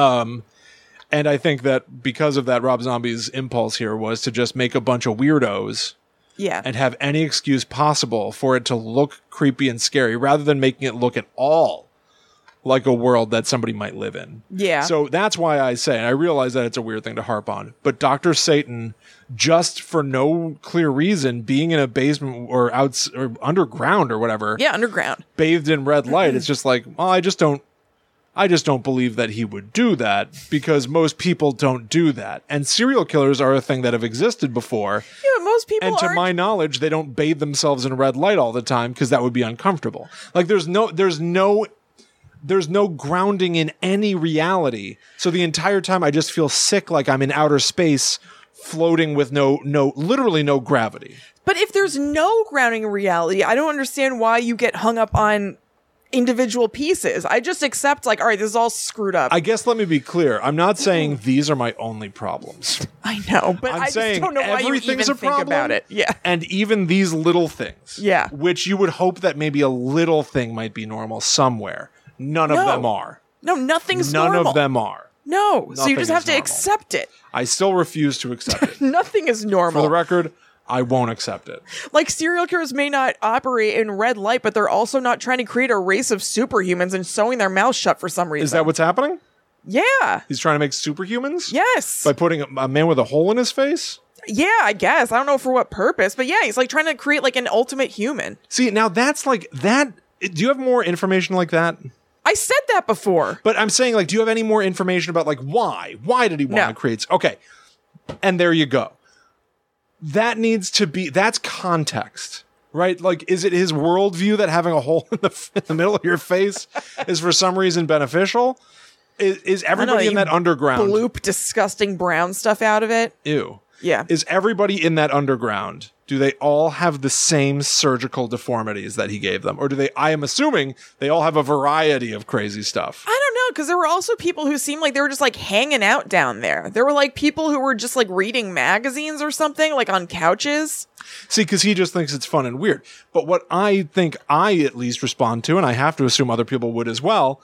Speaker 2: and i think that because of that rob zombie's impulse here was to just make a bunch of weirdos
Speaker 1: Yeah.
Speaker 2: and have any excuse possible for it to look creepy and scary rather than making it look at all like a world that somebody might live in.
Speaker 1: Yeah.
Speaker 2: So that's why I say, and I realize that it's a weird thing to harp on, but Dr. Satan, just for no clear reason, being in a basement or out or underground or whatever,
Speaker 1: yeah, underground.
Speaker 2: bathed in red light, it's just like, well, I just don't I just don't believe that he would do that because most people don't do that. And serial killers are a thing that have existed before
Speaker 1: Yeah, but most people
Speaker 2: and to
Speaker 1: aren't-
Speaker 2: my knowledge they don't bathe themselves in red light all the time because that would be uncomfortable like there's no there's no there's no grounding in any reality so the entire time i just feel sick like i'm in outer space floating with no no literally no gravity
Speaker 1: But if there's no grounding in reality, I don't understand why you get hung up on individual pieces. I just accept like, all right, this is all screwed up.
Speaker 2: i guess let me be clear i'm not saying these are my only problems
Speaker 1: I know, but
Speaker 2: I'm
Speaker 1: i just
Speaker 2: saying
Speaker 1: don't know why you even
Speaker 2: everything's a
Speaker 1: think
Speaker 2: problem
Speaker 1: about it. Yeah.
Speaker 2: and even these little things
Speaker 1: Yeah.
Speaker 2: which you would hope that maybe a little thing might be normal somewhere none of
Speaker 1: No.
Speaker 2: them are
Speaker 1: No, nothing's
Speaker 2: none
Speaker 1: normal.
Speaker 2: of them are
Speaker 1: No. so you
Speaker 2: Nothing
Speaker 1: just have
Speaker 2: is
Speaker 1: to
Speaker 2: normal.
Speaker 1: accept it.
Speaker 2: I still refuse to accept it.
Speaker 1: Nothing is normal.
Speaker 2: For the record, I won't accept it.
Speaker 1: like serial killers may not operate in red light, but they're also not trying to create a race of superhumans and sewing their mouths shut for some reason.
Speaker 2: Is that what's happening?
Speaker 1: yeah.
Speaker 2: He's trying to make superhumans?
Speaker 1: Yes.
Speaker 2: By putting a, a man with a hole in his face?
Speaker 1: yeah, I guess. I don't know for what purpose, but yeah, he's like trying to create like an ultimate human.
Speaker 2: See, now that's like that. Do you have more information like that?
Speaker 1: I said that before.
Speaker 2: But I'm saying, like, do you have any more information about like why? Why did he want
Speaker 1: No.
Speaker 2: to create? Okay, and there you go. that needs to be that's context right like is it his worldview that having a hole in the, in the middle of your face is for some reason beneficial is, is everybody in
Speaker 1: you
Speaker 2: that underground
Speaker 1: Bloop disgusting brown stuff out of it.
Speaker 2: ew
Speaker 1: Yeah.
Speaker 2: is everybody in that underground do they all have the same surgical deformities that he gave them or do they i am assuming they all have a variety of crazy stuff
Speaker 1: I don't know because there were also people who seemed like they were just like hanging out down there. There were like people who were just like reading magazines or something, like on couches.
Speaker 2: See, because he just thinks it's fun and weird. But what I think I at least respond to, and I have to assume other people would as well,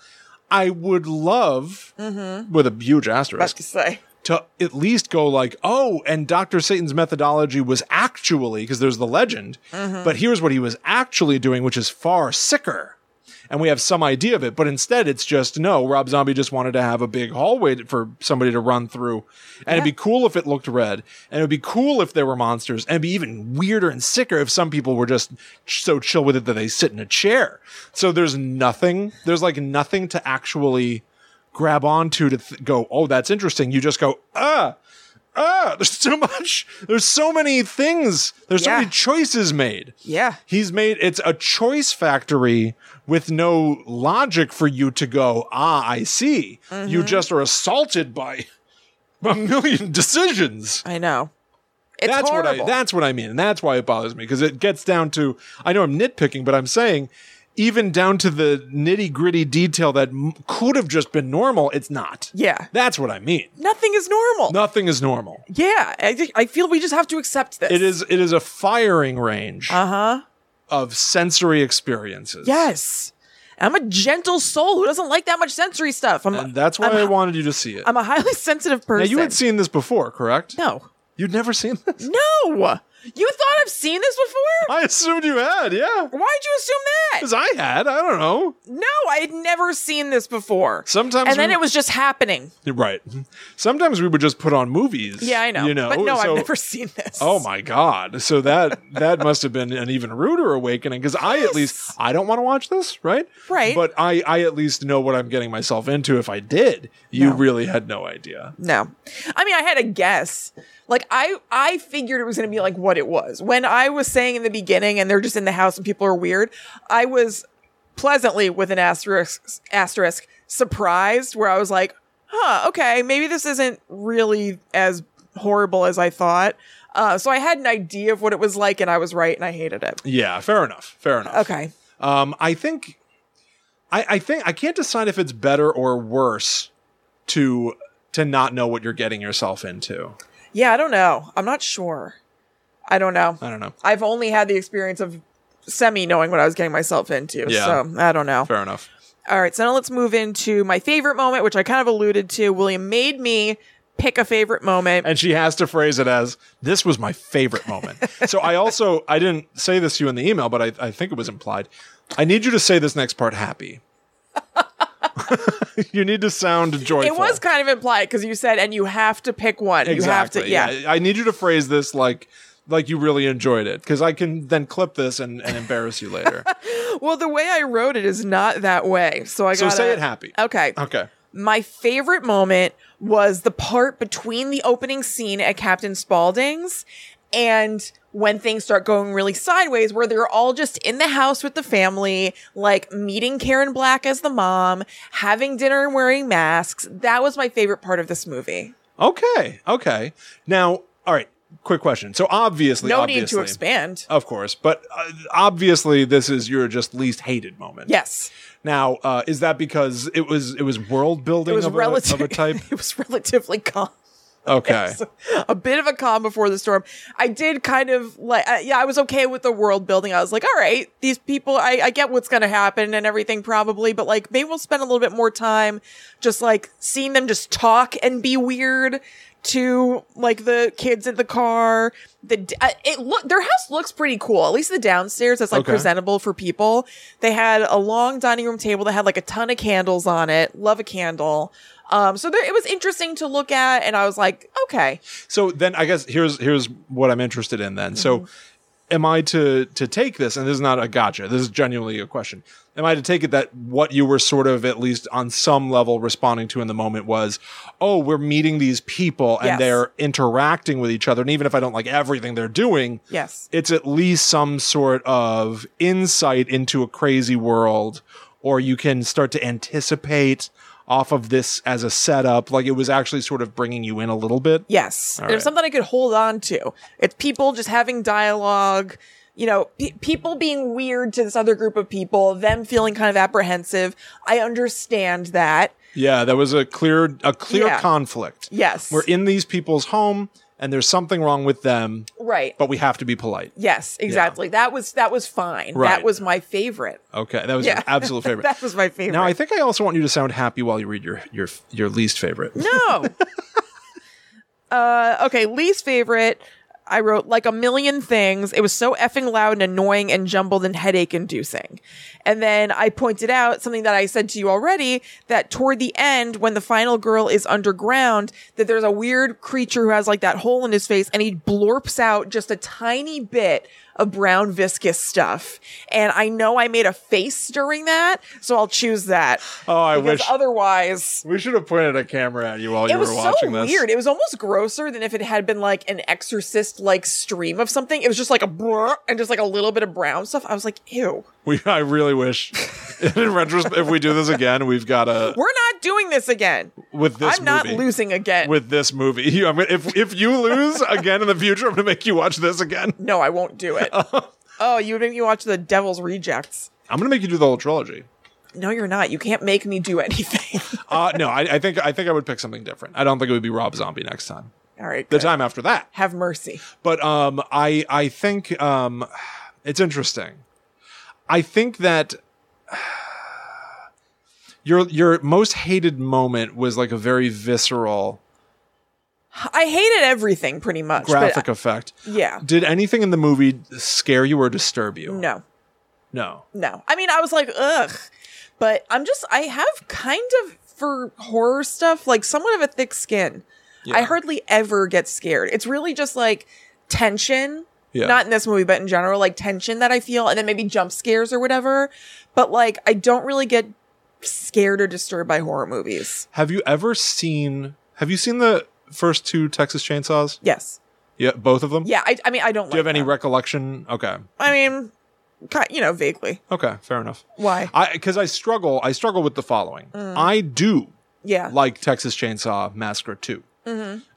Speaker 2: I would love, with a huge
Speaker 1: About
Speaker 2: asterisk,
Speaker 1: to say.
Speaker 2: to at least go like, oh, and Dr. Satan's methodology was actually, because there's the legend, but here's what he was actually doing, which is far sicker. And we have some idea of it, but instead it's just no. Rob Zombie just wanted to have a big hallway to- for somebody to run through. And it'd be cool if it looked red. And it'd be cool if there were monsters. And it'd be even weirder and sicker if some people were just ch- so chill with it that they sit in a chair. So there's nothing, there's like nothing to actually grab onto to th- go, oh, that's interesting. You just go, ah, ah, there's so much, there's so many things, there's so
Speaker 1: Yeah.
Speaker 2: many choices made.
Speaker 1: Yeah.
Speaker 2: He's made it's a choice factory with no logic for you to go, ah, I see. You
Speaker 1: Mm-hmm.
Speaker 2: just are assaulted by a million decisions
Speaker 1: I know. It's
Speaker 2: that's
Speaker 1: horrible.
Speaker 2: what I that's what I mean, and that's why it bothers me because it gets down to I know I'm nitpicking, but I'm saying even down to the nitty gritty detail that m- could have just been normal, it's not.
Speaker 1: Yeah.
Speaker 2: that's what I mean.
Speaker 1: Nothing is normal.
Speaker 2: Nothing is normal.
Speaker 1: Yeah. I, thi- I feel we just have to accept this.
Speaker 2: It is it is a firing range
Speaker 1: Uh huh.
Speaker 2: of sensory experiences.
Speaker 1: Yes. I'm a gentle soul who doesn't like that much sensory stuff. I'm,
Speaker 2: and that's why i
Speaker 1: I'm,
Speaker 2: wanted you to see it.
Speaker 1: I'm a highly sensitive
Speaker 2: now
Speaker 1: person.
Speaker 2: you had seen this before, correct?
Speaker 1: no.
Speaker 2: You'd never seen this.
Speaker 1: No. You thought I've seen this before?
Speaker 2: I assumed you had, yeah.
Speaker 1: Why'd you assume that?
Speaker 2: Because I had. I don't know.
Speaker 1: No, I had never seen this before.
Speaker 2: Sometimes
Speaker 1: and then
Speaker 2: we-
Speaker 1: it was just happening.
Speaker 2: You're Right. Sometimes we would just put on movies.
Speaker 1: Yeah, I know.
Speaker 2: You know,
Speaker 1: but no,
Speaker 2: so-
Speaker 1: I've never seen this.
Speaker 2: Oh my god! So that that must have been an even ruder awakening because I at least I don't want to watch this, right?
Speaker 1: Right.
Speaker 2: But I I at least know what I'm getting myself into. If I did, you
Speaker 1: No.
Speaker 2: really had no idea.
Speaker 1: No. I mean, I had a guess. Like I I figured it was going to be like what it was. When I was saying in the beginning and they're just in the house and people are weird, I was pleasantly with an asterisk asterisk surprised where I was like, "Huh, okay, maybe this isn't really as horrible as I thought." Uh, so I had an idea of what it was like and I was right and I hated it.
Speaker 2: Yeah, fair enough. Fair enough.
Speaker 1: Okay.
Speaker 2: Um, I think, I, I think I can't decide if it's better or worse to to not know what you're getting yourself into.
Speaker 1: Yeah, I don't know. I'm not sure. I don't know.
Speaker 2: I don't know.
Speaker 1: I've only had the experience of semi knowing what I was getting myself into.
Speaker 2: Yeah.
Speaker 1: So I don't know.
Speaker 2: Fair enough.
Speaker 1: All right. So now let's move into my favorite moment, which I kind of alluded to. William made me pick a favorite moment.
Speaker 2: and she has to phrase it as this was my favorite moment so i also i didn't say this to you in the email but i, I think it was implied i need you to say this next part happy you need to sound joyful
Speaker 1: It was kind of implied because you said, and you have to pick one. You have
Speaker 2: exactly
Speaker 1: to, yeah.
Speaker 2: i need you to phrase this like like you really enjoyed it because i can then clip this and, and embarrass you later
Speaker 1: Well, the way I wrote it is not that way. So I
Speaker 2: so
Speaker 1: got
Speaker 2: say it happy
Speaker 1: Okay.
Speaker 2: okay
Speaker 1: My favorite moment was the part between the opening scene at Captain Spaulding's and when things start going really sideways, where they're all just in the house with the family, like meeting Karen Black as the mom, having dinner and wearing masks. That was my favorite part of this movie.
Speaker 2: okay okay now all right quick question so obviously
Speaker 1: No need
Speaker 2: obviously
Speaker 1: to expand.
Speaker 2: of course but uh, obviously this is your just least hated moment
Speaker 1: Yes,
Speaker 2: Now, uh, is that because it was it was world building
Speaker 1: it was
Speaker 2: of, a- of a,
Speaker 1: relative.
Speaker 2: type?
Speaker 1: it was relatively calm.
Speaker 2: Okay,
Speaker 1: a bit of a calm before the storm. I did kind of like, uh, yeah, I was okay with the world building. I was like, all right, these people, I, I get what's going to happen and everything probably, but like maybe we'll spend a little bit more time just like seeing them just talk and be weird to like the kids in the car. The d- uh, it look their house looks pretty cool. At least the downstairs that's like
Speaker 2: Okay.
Speaker 1: presentable for people. They had a long dining room table that had like a ton of candles on it. Love a candle. Um, so there, it was interesting to look at, and I was like, okay, Mm-hmm.
Speaker 2: so then I guess here's here's what I'm interested in. Then so. am I to to take this? And this is not a gotcha. This is genuinely a question. Am I to take it that what you were sort of at least on some level responding to in the moment was, oh, we're meeting these people and
Speaker 1: Yes.
Speaker 2: they're interacting with each other, and even if I don't like everything they're doing,
Speaker 1: Yes.
Speaker 2: it's at least some sort of insight into a crazy world, or you can start to anticipate off of this as a setup. Like it was actually sort of bringing you in a little bit.
Speaker 1: Yes. There's
Speaker 2: right.
Speaker 1: something I could hold on to. It's people just having dialogue, you know, pe- people being weird to this other group of people, them feeling kind of apprehensive. I understand that.
Speaker 2: Yeah, that was a clear a clear
Speaker 1: Yeah.
Speaker 2: conflict.
Speaker 1: Yes.
Speaker 2: We're in these people's home and there's something wrong with them,
Speaker 1: right.
Speaker 2: but we have to be polite.
Speaker 1: yes, exactly. That was that was fine.
Speaker 2: Right.
Speaker 1: That was my favorite.
Speaker 2: Okay, that was
Speaker 1: Yeah.
Speaker 2: your absolute favorite.
Speaker 1: That was my favorite.
Speaker 2: now I think I also want you to sound happy while you read your your your least favorite.
Speaker 1: No. uh, okay, least favorite. I wrote like a million things. It was so effing loud and annoying and jumbled and headache inducing. And then I pointed out something that I said to you already that toward the end, when the final girl is underground, that there's a weird creature who has like that hole in his face and he blorps out just a tiny bit of brown viscous stuff. And I know I made a face during that, so I'll choose that.
Speaker 2: Oh, I
Speaker 1: because
Speaker 2: wish
Speaker 1: otherwise
Speaker 2: we should have pointed a camera at you while you
Speaker 1: it was
Speaker 2: were
Speaker 1: so
Speaker 2: watching this.
Speaker 1: weird. It was almost grosser than if it had been like an exorcist like stream of something. It was just like a brrr and just like a little bit of brown stuff. I was like, ew.
Speaker 2: We, I really wish, in retrospect, if we do this again, we've got a
Speaker 1: We're not doing this again.
Speaker 2: with this.
Speaker 1: I'm not
Speaker 2: movie,
Speaker 1: losing again.
Speaker 2: with this movie. You- I'm gonna- if if you lose again in the future, I'm going to make you watch this again.
Speaker 1: no, I won't do it. oh, you would make me watch The Devil's Rejects.
Speaker 2: I'm going to make you do the whole trilogy.
Speaker 1: No, you're not. You can't make me do anything.
Speaker 2: Uh, no, I, I think I think I would pick something different. I don't think it would be Rob Zombie next time.
Speaker 1: All right.
Speaker 2: The
Speaker 1: good.
Speaker 2: time after that.
Speaker 1: Have mercy.
Speaker 2: But um, I I think um, it's interesting. I think that your your most hated moment was like a very visceral
Speaker 1: I hated everything pretty much. but- uh,
Speaker 2: graphic effect.
Speaker 1: yeah.
Speaker 2: Did anything in the movie scare you or disturb you?
Speaker 1: No.
Speaker 2: No.
Speaker 1: no. I mean, I was like, ugh. But I'm just, I have kind of, for horror stuff, like somewhat of a thick skin. I
Speaker 2: Yeah.
Speaker 1: hardly ever get scared. It's really just like tension.
Speaker 2: Yeah.
Speaker 1: Not in this movie, but in general, like tension that I feel, and then maybe jump scares or whatever. But like, I don't really get scared or disturbed by horror movies.
Speaker 2: Have you ever seen? Have you seen the first two Texas Chainsaws?
Speaker 1: Yes.
Speaker 2: Yeah, both of them.
Speaker 1: Yeah. I, I mean, I don't like
Speaker 2: Do you have any
Speaker 1: them.
Speaker 2: recollection? Okay.
Speaker 1: I mean, ki- you know, vaguely.
Speaker 2: Okay. Fair enough.
Speaker 1: Why?
Speaker 2: I because I struggle. I struggle with the following. I do
Speaker 1: Yeah.
Speaker 2: like Texas Chainsaw Massacre 2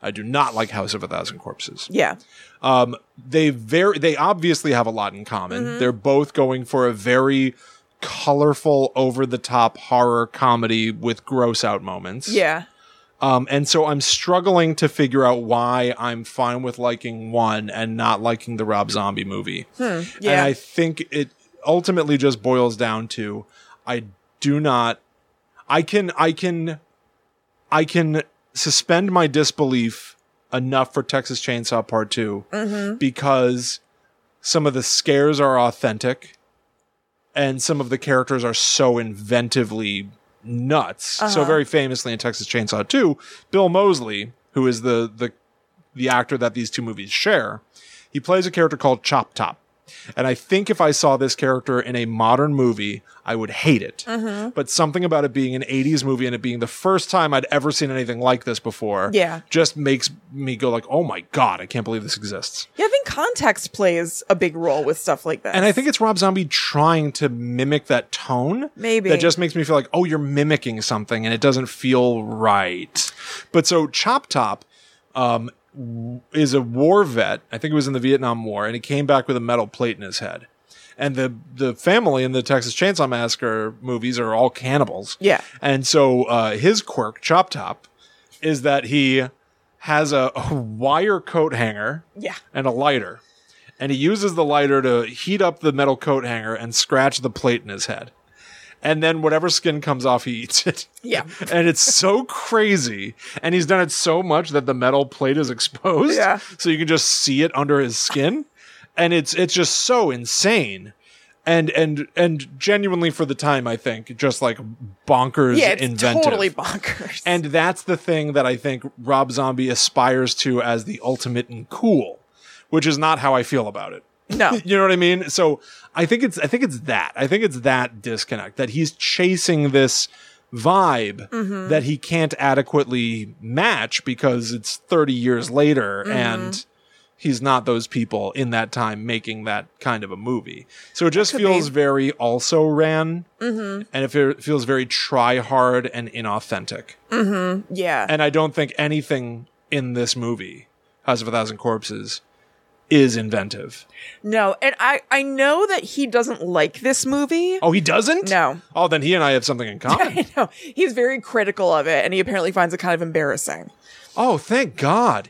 Speaker 2: I do not like House of a Thousand Corpses.
Speaker 1: yeah.
Speaker 2: Um, they very they obviously have a lot in common. They're both going for a very colorful, over the top horror comedy with gross out moments.
Speaker 1: Yeah.
Speaker 2: Um, and so I'm struggling to figure out why I'm fine with liking one and not liking the Rob Zombie movie. And
Speaker 1: Yeah.
Speaker 2: I think it ultimately just boils down to I do not I can I can I can suspend my disbelief enough for Texas Chainsaw Part 2 because some of the scares are authentic and some of the characters are so inventively nuts. So very famously in Texas Chainsaw 2, Bill Mosley, who is the the the actor that these two movies share, he plays a character called Chop Top. And I think if I saw this character in a modern movie, I would hate it. But something about it being an 80s movie and it being the first time I'd ever seen anything like this before
Speaker 1: Yeah.
Speaker 2: just makes me go like, "Oh my god, I can't believe this exists."
Speaker 1: yeah. I think context plays a big role with stuff like that.
Speaker 2: And I think it's Rob Zombie trying to mimic that tone.
Speaker 1: Maybe.
Speaker 2: That just makes me feel like, oh, you're mimicking something and it doesn't feel right. But so Chop Top um, w- is a war vet. I think it was in the Vietnam War and he came back with a metal plate in his head. And the, the family in the Texas Chainsaw Massacre movies are all cannibals.
Speaker 1: Yeah.
Speaker 2: And so uh, his quirk, Chop Top, is that he has a, a wire coat hanger
Speaker 1: Yeah.
Speaker 2: and a lighter. And he uses the lighter to heat up the metal coat hanger and scratch the plate in his head. And then whatever skin comes off, he eats it.
Speaker 1: Yeah.
Speaker 2: And it's so crazy. And he's done it so much that the metal plate is exposed.
Speaker 1: Yeah.
Speaker 2: So you can just see it under his skin. And it's it's just so insane. And and and genuinely for the time, I think, just like bonkers
Speaker 1: Yeah. It's
Speaker 2: inventive.
Speaker 1: totally bonkers.
Speaker 2: And that's the thing that I think Rob Zombie aspires to as the ultimate and cool, which is not how I feel about it.
Speaker 1: No.
Speaker 2: you know what I mean? So I think it's I think it's that. I think it's that disconnect that he's chasing this vibe that he can't adequately match because it's 30 years later and he's not those people in that time making that kind of a movie. So it just feels very also ran and it fe- feels very try hard and inauthentic.
Speaker 1: yeah.
Speaker 2: And I don't think anything in this movie, House of a Thousand Corpses, is inventive.
Speaker 1: No, and I I know that he doesn't like this movie.
Speaker 2: Oh, he doesn't?
Speaker 1: No.
Speaker 2: Oh, then he and I have something in common.
Speaker 1: I know. He's very critical of it and he apparently finds it kind of embarrassing.
Speaker 2: oh, thank God.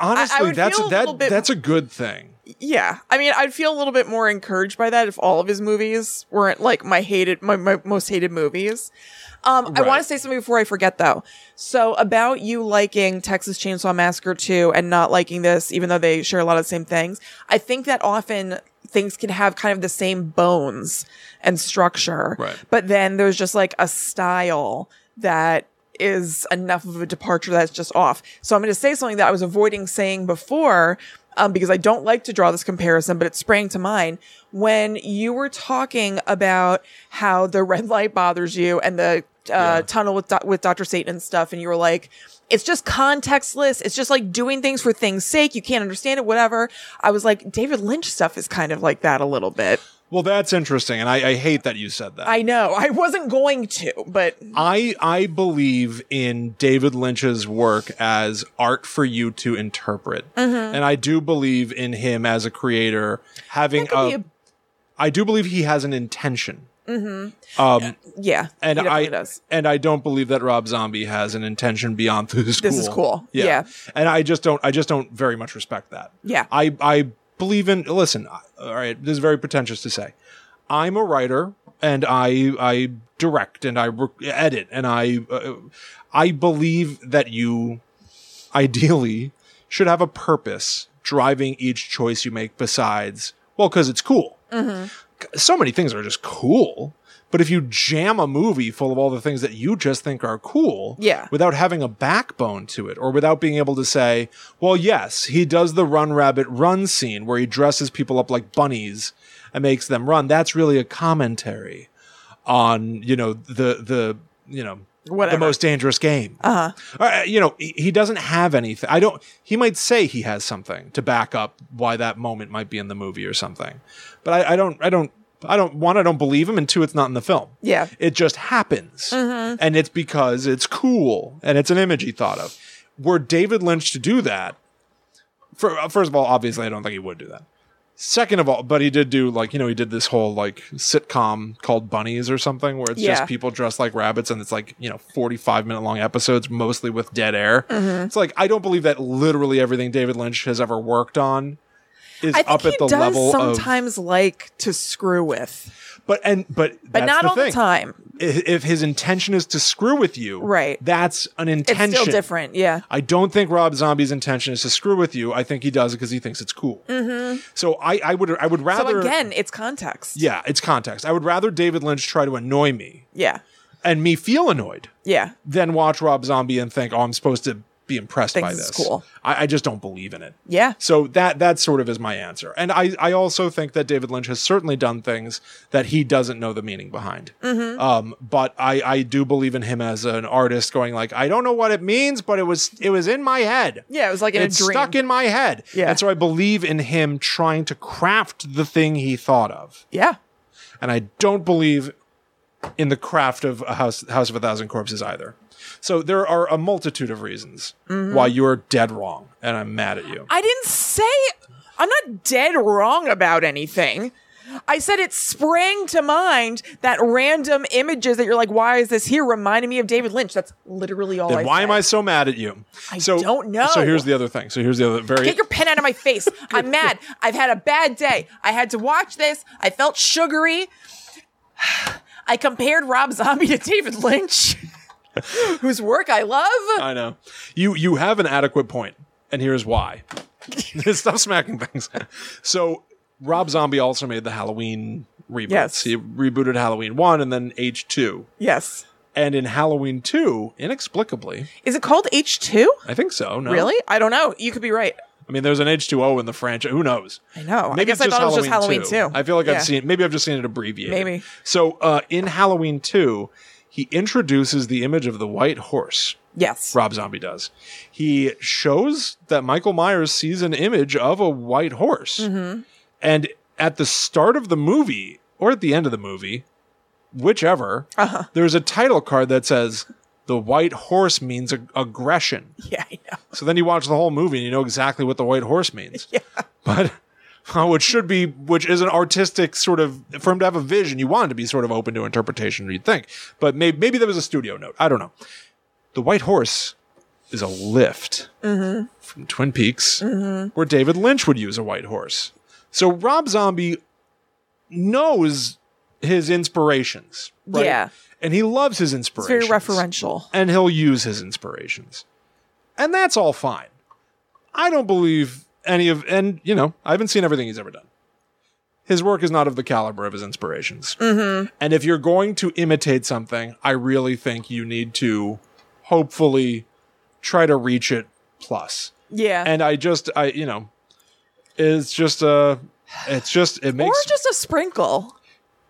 Speaker 2: Honestly,
Speaker 1: would
Speaker 2: that's
Speaker 1: feel a little
Speaker 2: that
Speaker 1: bit-
Speaker 2: that's a good thing.
Speaker 1: Yeah. I mean, I'd feel a little bit more encouraged by that if all of his movies weren't like my hated my, my most hated movies. Um I
Speaker 2: Right.
Speaker 1: want to say something before I forget though. So about you liking Texas Chainsaw Massacre 2 and not liking this even though they share a lot of the same things. I think that often things can have kind of the same bones and structure.
Speaker 2: Right.
Speaker 1: But then there's just like a style that is enough of a departure that's just off. So I'm going to say something that I was avoiding saying before um, because I don't like to draw this comparison, but it sprang to mind when you were talking about how the red light bothers you and the uh, tunnel with, Do- with Dr. Satan and stuff. And you were like, it's just contextless. It's just like doing things for things sake. You can't understand it, whatever. I was like, David Lynch stuff is kind of like that a little bit.
Speaker 2: Well, that's interesting, and I, I hate that you said that.
Speaker 1: I know. I wasn't going to, but
Speaker 2: I I believe in David Lynch's work as art for you to interpret,
Speaker 1: Mm-hmm.
Speaker 2: and I do believe in him as a creator having
Speaker 1: could be
Speaker 2: a-
Speaker 1: a-
Speaker 2: I do believe he has an intention. Mm-hmm. Um,
Speaker 1: yeah.
Speaker 2: and
Speaker 1: he
Speaker 2: I
Speaker 1: definitely does.
Speaker 2: and I don't believe that Rob Zombie has an intention beyond this is
Speaker 1: This is cool. Yeah.
Speaker 2: and I just don't I just don't very much respect that.
Speaker 1: Yeah.
Speaker 2: I I believe in listen. I- All right, this is very pretentious to say. I'm a writer and I I direct and I re- edit and I uh, I believe that you ideally should have a purpose driving each choice you make besides well because it's cool
Speaker 1: Mm-hmm.
Speaker 2: so many things are just cool. But if you jam a movie full of all the things that you just think are cool,
Speaker 1: Yeah.
Speaker 2: without having a backbone to it, or without being able to say, well, yes, he does the run rabbit run scene where he dresses people up like bunnies and makes them run. That's really a commentary on, you know, the the you know
Speaker 1: Whatever.
Speaker 2: the most dangerous game. Uh-huh. you know, he, he doesn't have anything. I don't. He might say he has something to back up why that moment might be in the movie or something, but I, I don't. I don't. I don't. One, I don't believe him, and two, it's not in the film.
Speaker 1: Yeah.
Speaker 2: it just happens, and it's because it's cool and it's an image he thought of. Were David Lynch to do that? For, uh, first of all, obviously, I don't think he would do that. Second of all, but he did do like you know he did this whole like sitcom called Bunnies or something where it's
Speaker 1: Yeah.
Speaker 2: just people dressed like rabbits and it's like you know forty five minute long episodes mostly with dead air.
Speaker 1: Mm-hmm.
Speaker 2: It's like I don't believe that literally everything David Lynch has ever worked on is
Speaker 1: I think
Speaker 2: up
Speaker 1: he
Speaker 2: at the
Speaker 1: does
Speaker 2: level of
Speaker 1: sometimes like to screw with,
Speaker 2: but and but
Speaker 1: but not
Speaker 2: the
Speaker 1: all the
Speaker 2: thing.
Speaker 1: time.
Speaker 2: I- If his intention is to screw with you,
Speaker 1: Right.
Speaker 2: That's an
Speaker 1: It's
Speaker 2: intention.
Speaker 1: still different. Yeah.
Speaker 2: I don't think Rob Zombie's intention is to screw with you. I think he does it because he thinks it's cool. So I, I would I would rather
Speaker 1: Mm-hmm. so again, it's context.
Speaker 2: Yeah, it's context. I would rather David Lynch try to annoy me
Speaker 1: Yeah.
Speaker 2: and me feel annoyed
Speaker 1: Yeah.
Speaker 2: than watch Rob Zombie and think, oh, I'm supposed to be impressed
Speaker 1: Thinks
Speaker 2: by
Speaker 1: it's
Speaker 2: this.
Speaker 1: cool.
Speaker 2: I, I just don't believe in it.
Speaker 1: Yeah.
Speaker 2: So that that sort of is my answer. And I, I also think that David Lynch has certainly done things that he doesn't know the meaning behind.
Speaker 1: Mm-hmm.
Speaker 2: Um, but I, I do believe in him as an artist going like, I don't know what it means, but it was it was in my head
Speaker 1: Yeah. It was like in
Speaker 2: it's
Speaker 1: a dream.
Speaker 2: stuck in my head.
Speaker 1: Yeah.
Speaker 2: And so I believe in him trying to craft the thing he thought of.
Speaker 1: yeah.
Speaker 2: And I don't believe in the craft of a House, House of a Thousand Corpses either. So there are a multitude of reasons
Speaker 1: Mm-hmm.
Speaker 2: why you are dead wrong, and I'm mad at you.
Speaker 1: I didn't say I'm not dead wrong about anything. I said it sprang to mind that random images that you're like, why is this here? Reminded me of David Lynch. That's literally all I
Speaker 2: Then why
Speaker 1: said.
Speaker 2: am I so mad at you? I so,
Speaker 1: don't know.
Speaker 2: So here's the other thing. So here's the other very
Speaker 1: Get your pen out of my face. I'm mad. I've had a bad day. I had to watch this. I felt sugary. I compared Rob Zombie to David Lynch, whose work I love.
Speaker 2: I know. You you have an adequate point, and here's why. Stop smacking things. So Rob Zombie also made the Halloween reboots.
Speaker 1: Yes.
Speaker 2: He rebooted Halloween one and then H two.
Speaker 1: Yes.
Speaker 2: And in Halloween two, inexplicably,
Speaker 1: Is it called H2?
Speaker 2: I think so. No,
Speaker 1: Really? I don't know. You could be right.
Speaker 2: I mean, there's an H2O in the franchise. Who knows?
Speaker 1: I know. Oh, I guess I thought it was just Halloween too.
Speaker 2: I feel like
Speaker 1: Yeah.
Speaker 2: I've seen maybe I've just seen it abbreviated.
Speaker 1: Maybe.
Speaker 2: So uh, in Halloween 2, he introduces the image of the white horse.
Speaker 1: Yes.
Speaker 2: Rob Zombie does. He shows that Michael Myers sees an image of a white horse.
Speaker 1: Mm-hmm.
Speaker 2: And at the start of the movie, or at the end of the movie, whichever,
Speaker 1: Uh-huh.
Speaker 2: there's a title card that says, The White Horse means ag- aggression.
Speaker 1: Yeah, I know.
Speaker 2: So then you watch the whole movie and you know exactly what the white horse means. Yeah. But which should be, which is an artistic sort of, for him to have a vision, you want it to be sort of open to interpretation, you'd think. But maybe, maybe there was a studio note. I don't know. The white horse is a lift
Speaker 1: Mm-hmm.
Speaker 2: from Twin Peaks where David Lynch would use a white horse. So Rob Zombie knows his inspirations. Right?
Speaker 1: Yeah.
Speaker 2: And he loves his
Speaker 1: It's
Speaker 2: inspirations
Speaker 1: very referential.
Speaker 2: and he'll use his inspirations. And that's all fine. I don't believe any of, and you know, I haven't seen everything he's ever done. His work is not of the caliber of his inspirations.
Speaker 1: Mm-hmm.
Speaker 2: And if you're going to imitate something, I really think you need to hopefully try to reach it plus.
Speaker 1: Yeah.
Speaker 2: And I just, I, you know, it's just, uh, it's just, it
Speaker 1: or
Speaker 2: makes,
Speaker 1: just a sprinkle.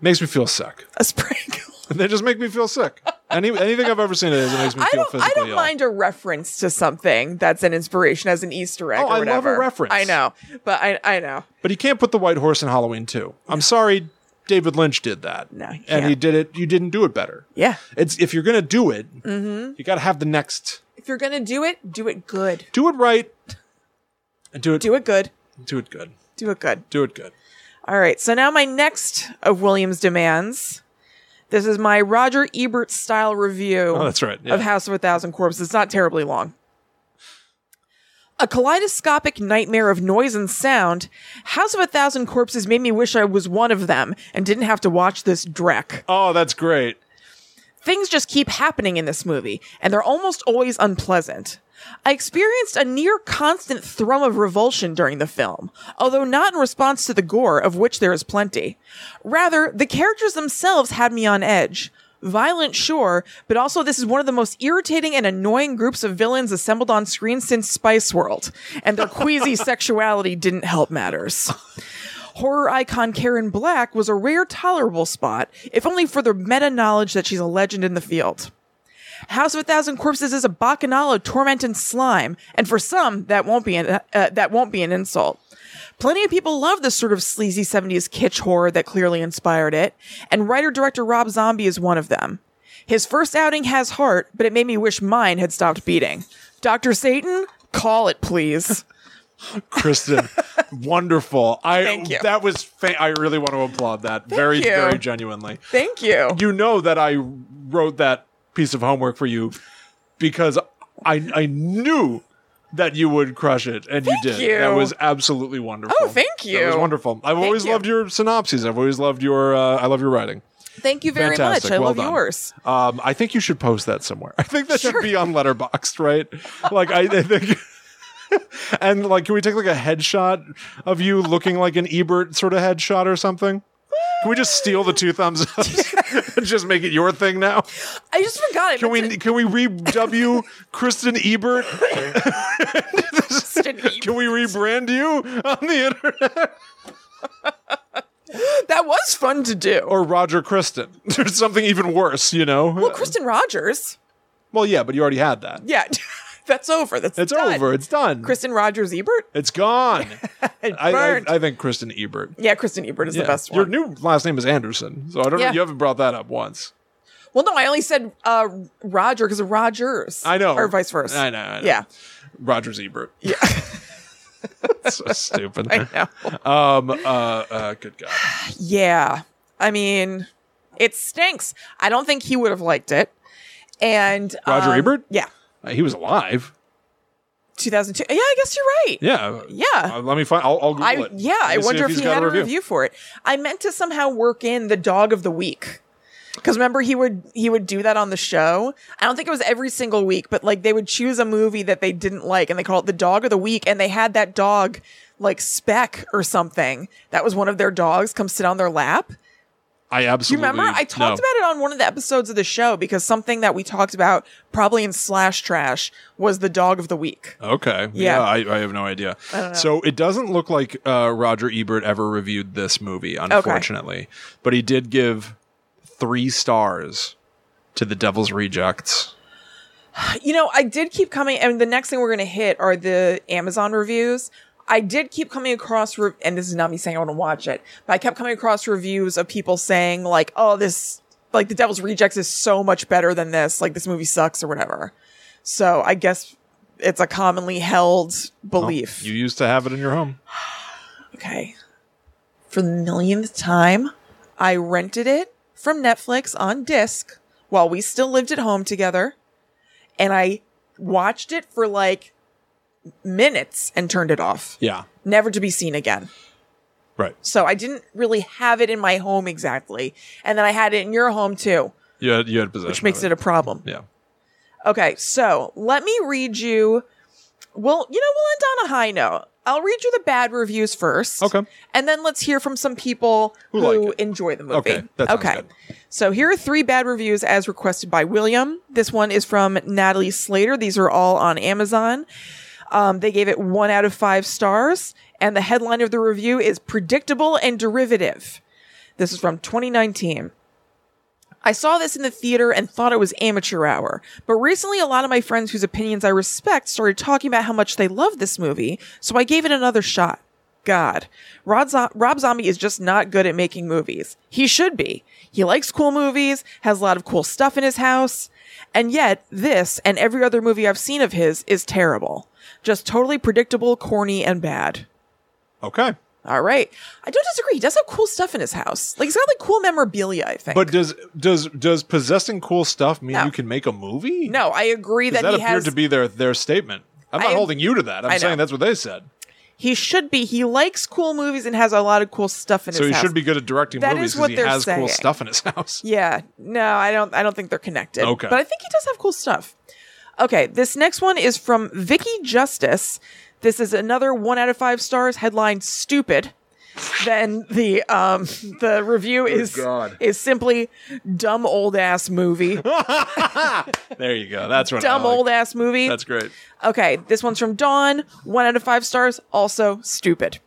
Speaker 2: makes me feel sick.
Speaker 1: A sprinkle.
Speaker 2: They just make me feel sick. Any, anything I've ever seen of his, it makes me
Speaker 1: I
Speaker 2: feel
Speaker 1: don't
Speaker 2: physically uh,
Speaker 1: I don't
Speaker 2: ill.
Speaker 1: mind a reference to something that's an inspiration as an Easter egg
Speaker 2: Oh,
Speaker 1: or
Speaker 2: I love a
Speaker 1: whatever.
Speaker 2: reference.
Speaker 1: I know. But I I know.
Speaker 2: But he can't put the white horse in Halloween too. I'm sorry, David Lynch did that.
Speaker 1: No, he
Speaker 2: and he
Speaker 1: can't.
Speaker 2: did it. You didn't do it better.
Speaker 1: Yeah.
Speaker 2: It's if you're gonna do it,
Speaker 1: Mm-hmm.
Speaker 2: you got to have the next.
Speaker 1: If you're gonna do it, do it good.
Speaker 2: Do it right, and do it.
Speaker 1: Do it good.
Speaker 2: Do it good.
Speaker 1: Do it good.
Speaker 2: Do it good.
Speaker 1: All right. So now my next of Williams demands. This is my Roger Ebert style review.
Speaker 2: Oh, that's right. Yeah.
Speaker 1: of House of a Thousand Corpses. It's not terribly long. A kaleidoscopic nightmare of noise and sound, House of a Thousand Corpses made me wish I was one of them and didn't have to watch this dreck.
Speaker 2: oh, that's great.
Speaker 1: Things just keep happening in this movie, and they're almost always unpleasant. I experienced a near constant thrum of revulsion during the film, although not in response to the gore, of which there is plenty. Rather, the characters themselves had me on edge. Violent, sure, but also this is one of the most irritating and annoying groups of villains assembled on screen since Spice World, and their queasy sexuality didn't help matters horror icon Karen Black was a rare tolerable spot, if only for the meta knowledge that she's a legend in the field. House of a Thousand Corpses is a bacchanal of torment and slime, and for some, that won't be an, uh, that won't be an insult. Plenty of people love this sort of sleazy 70s kitsch horror that clearly inspired it, and writer director Rob Zombie is one of them. His first outing has heart, but it made me wish mine had stopped beating. Dr. Satan, call it please.
Speaker 2: Kristen, wonderful. I
Speaker 1: Thank you.
Speaker 2: that was fa- I really want to applaud that very
Speaker 1: you.
Speaker 2: very genuinely.
Speaker 1: Thank you.
Speaker 2: You know that I wrote that piece of homework for you because I I knew that you would crush it and you did.
Speaker 1: you.
Speaker 2: That was absolutely wonderful.
Speaker 1: Oh, thank
Speaker 2: That was
Speaker 1: you.
Speaker 2: wonderful. I've always
Speaker 1: you.
Speaker 2: loved your synopses. I've always loved your uh, I love your writing.
Speaker 1: Thank you very
Speaker 2: Fantastic.
Speaker 1: much. I
Speaker 2: well
Speaker 1: love
Speaker 2: done.
Speaker 1: yours.
Speaker 2: Um, I think you should post that somewhere. I think that should be on Letterboxd, right? Like I, I think. and like, can we take like a headshot of you looking like an Ebert sort of headshot or something? Can we just steal the two thumbs ups and just make it your thing now?
Speaker 1: I just forgot it.
Speaker 2: Can we can we rew Kristen Ebert? Can we rebrand you on the internet
Speaker 1: that was fun to do.
Speaker 2: or Roger Kristen or something even worse? You know? Well,
Speaker 1: Oh, Kristen Rogers.
Speaker 2: yeah, but you already had that.
Speaker 1: Yeah, that's over. That's
Speaker 2: It's
Speaker 1: done.
Speaker 2: over. It's done.
Speaker 1: Kristen Rogers Ebert.
Speaker 2: it's gone.
Speaker 1: It
Speaker 2: I, I,
Speaker 1: burned.
Speaker 2: I think Kristen Ebert.
Speaker 1: yeah, Kristen Ebert is
Speaker 2: Yeah.
Speaker 1: the best
Speaker 2: Your
Speaker 1: one.
Speaker 2: new last name is Anderson, so I don't know.
Speaker 1: Yeah.
Speaker 2: You haven't brought that up once.
Speaker 1: well, no, I only said uh, Roger because of Rogers.
Speaker 2: I know,
Speaker 1: or vice versa.
Speaker 2: I know. I know.
Speaker 1: Yeah,
Speaker 2: Rogers Ebert.
Speaker 1: yeah,
Speaker 2: so stupid.
Speaker 1: I know.
Speaker 2: Um. Uh. uh good God.
Speaker 1: Yeah. I mean, it stinks. I don't think he would have liked it. And
Speaker 2: Roger
Speaker 1: um,
Speaker 2: Ebert?
Speaker 1: Yeah,
Speaker 2: Uh, he was alive.
Speaker 1: 2002. Yeah, I guess you're right.
Speaker 2: Yeah.
Speaker 1: Yeah.
Speaker 2: Uh, let me find. I'll, I'll Google
Speaker 1: I
Speaker 2: it.
Speaker 1: yeah,
Speaker 2: Let
Speaker 1: I
Speaker 2: me see
Speaker 1: wonder if,
Speaker 2: he's
Speaker 1: he
Speaker 2: got
Speaker 1: had a review. for it. I meant to somehow work in the dog of the week. Cuz remember he would he would do that on the show. I don't think it was every single week, but like they would choose a movie that they didn't like and they call it the dog of the week and they had that dog like Speck or something. That was one of their dogs come sit on their lap.
Speaker 2: I
Speaker 1: Do you
Speaker 2: absolutely
Speaker 1: remember? I talked
Speaker 2: no.
Speaker 1: about it on one of the episodes of the show because something that we talked about probably in slash trash was the dog of the week.
Speaker 2: Okay.
Speaker 1: Yeah.
Speaker 2: Yeah, I, I have no idea. So it doesn't look like uh, Roger Ebert ever reviewed this movie, unfortunately. But he did give three stars to The Devil's Rejects.
Speaker 1: You know, I did keep coming, and the next thing we're going to hit are the Amazon reviews. I did keep coming across, re- and this is not me saying I want to watch it, but I kept coming across reviews of people saying, like, oh, this, like, The Devil's Rejects is so much better than this. Like, this movie sucks or whatever. So I guess it's a commonly held belief.
Speaker 2: You used to have it in your home.
Speaker 1: okay. For the millionth time, I rented it from Netflix on disc while we still lived at home together. And I watched it for like minutes and turned it off,
Speaker 2: Yeah.
Speaker 1: never to be seen again.
Speaker 2: Right.
Speaker 1: So I didn't really have it in my home exactly. And then I had it in your home too,
Speaker 2: You had, you had possession.
Speaker 1: which makes it a problem.
Speaker 2: Yeah.
Speaker 1: Okay, so let me read you. Well, you know, we'll end on a high note. I'll read you the bad reviews first.
Speaker 2: Okay.
Speaker 1: And then let's hear from some people who,
Speaker 2: like it.
Speaker 1: enjoy the movie.
Speaker 2: Okay, that sounds good.
Speaker 1: So here are three bad reviews as requested by William. This one is from Natalie Slater. These are all on Amazon. Um, they gave it one out of five stars. And the headline of the review is Predictable and Derivative. This is from 2019. I saw this in the theater and thought it was amateur hour, but recently a lot of my friends whose opinions I respect started talking about how much they love this movie, so I gave it another shot. God, Rod Zo- Rob Zombie is just not good at making movies. He should be. He likes cool movies, has a lot of cool stuff in his house, and yet this and every other movie I've seen of his is terrible. Just totally predictable, corny, and bad.
Speaker 2: Okay.
Speaker 1: All right. I don't disagree. He does have cool stuff in his house. Like, he's got like cool memorabilia, I think.
Speaker 2: But does does does possessing cool stuff mean
Speaker 1: No.
Speaker 2: you can make a movie?
Speaker 1: no, I agree
Speaker 2: That,
Speaker 1: that he
Speaker 2: appeared
Speaker 1: has
Speaker 2: to be their their statement. I'm not
Speaker 1: I-
Speaker 2: holding you to that. I'm
Speaker 1: I know.
Speaker 2: saying that's what they said.
Speaker 1: he should be. He likes cool movies and has a lot of cool stuff in
Speaker 2: So
Speaker 1: his
Speaker 2: he
Speaker 1: house.
Speaker 2: should be good at directing
Speaker 1: That
Speaker 2: movies
Speaker 1: is what
Speaker 2: because he
Speaker 1: they're
Speaker 2: has cool
Speaker 1: saying.
Speaker 2: stuff in his house.
Speaker 1: Yeah. No, I don't I don't think they're connected.
Speaker 2: Okay.
Speaker 1: But I think he does have cool stuff. Okay, this next one is from Vicky Justice. This is another one out of five stars headline stupid. Then the um the review is
Speaker 2: God.
Speaker 1: is simply dumb old ass movie.
Speaker 2: There you go. That's what I
Speaker 1: dumb
Speaker 2: like.
Speaker 1: old ass movie.
Speaker 2: That's great.
Speaker 1: Okay, this one's from Dawn. One out of five stars. Also stupid.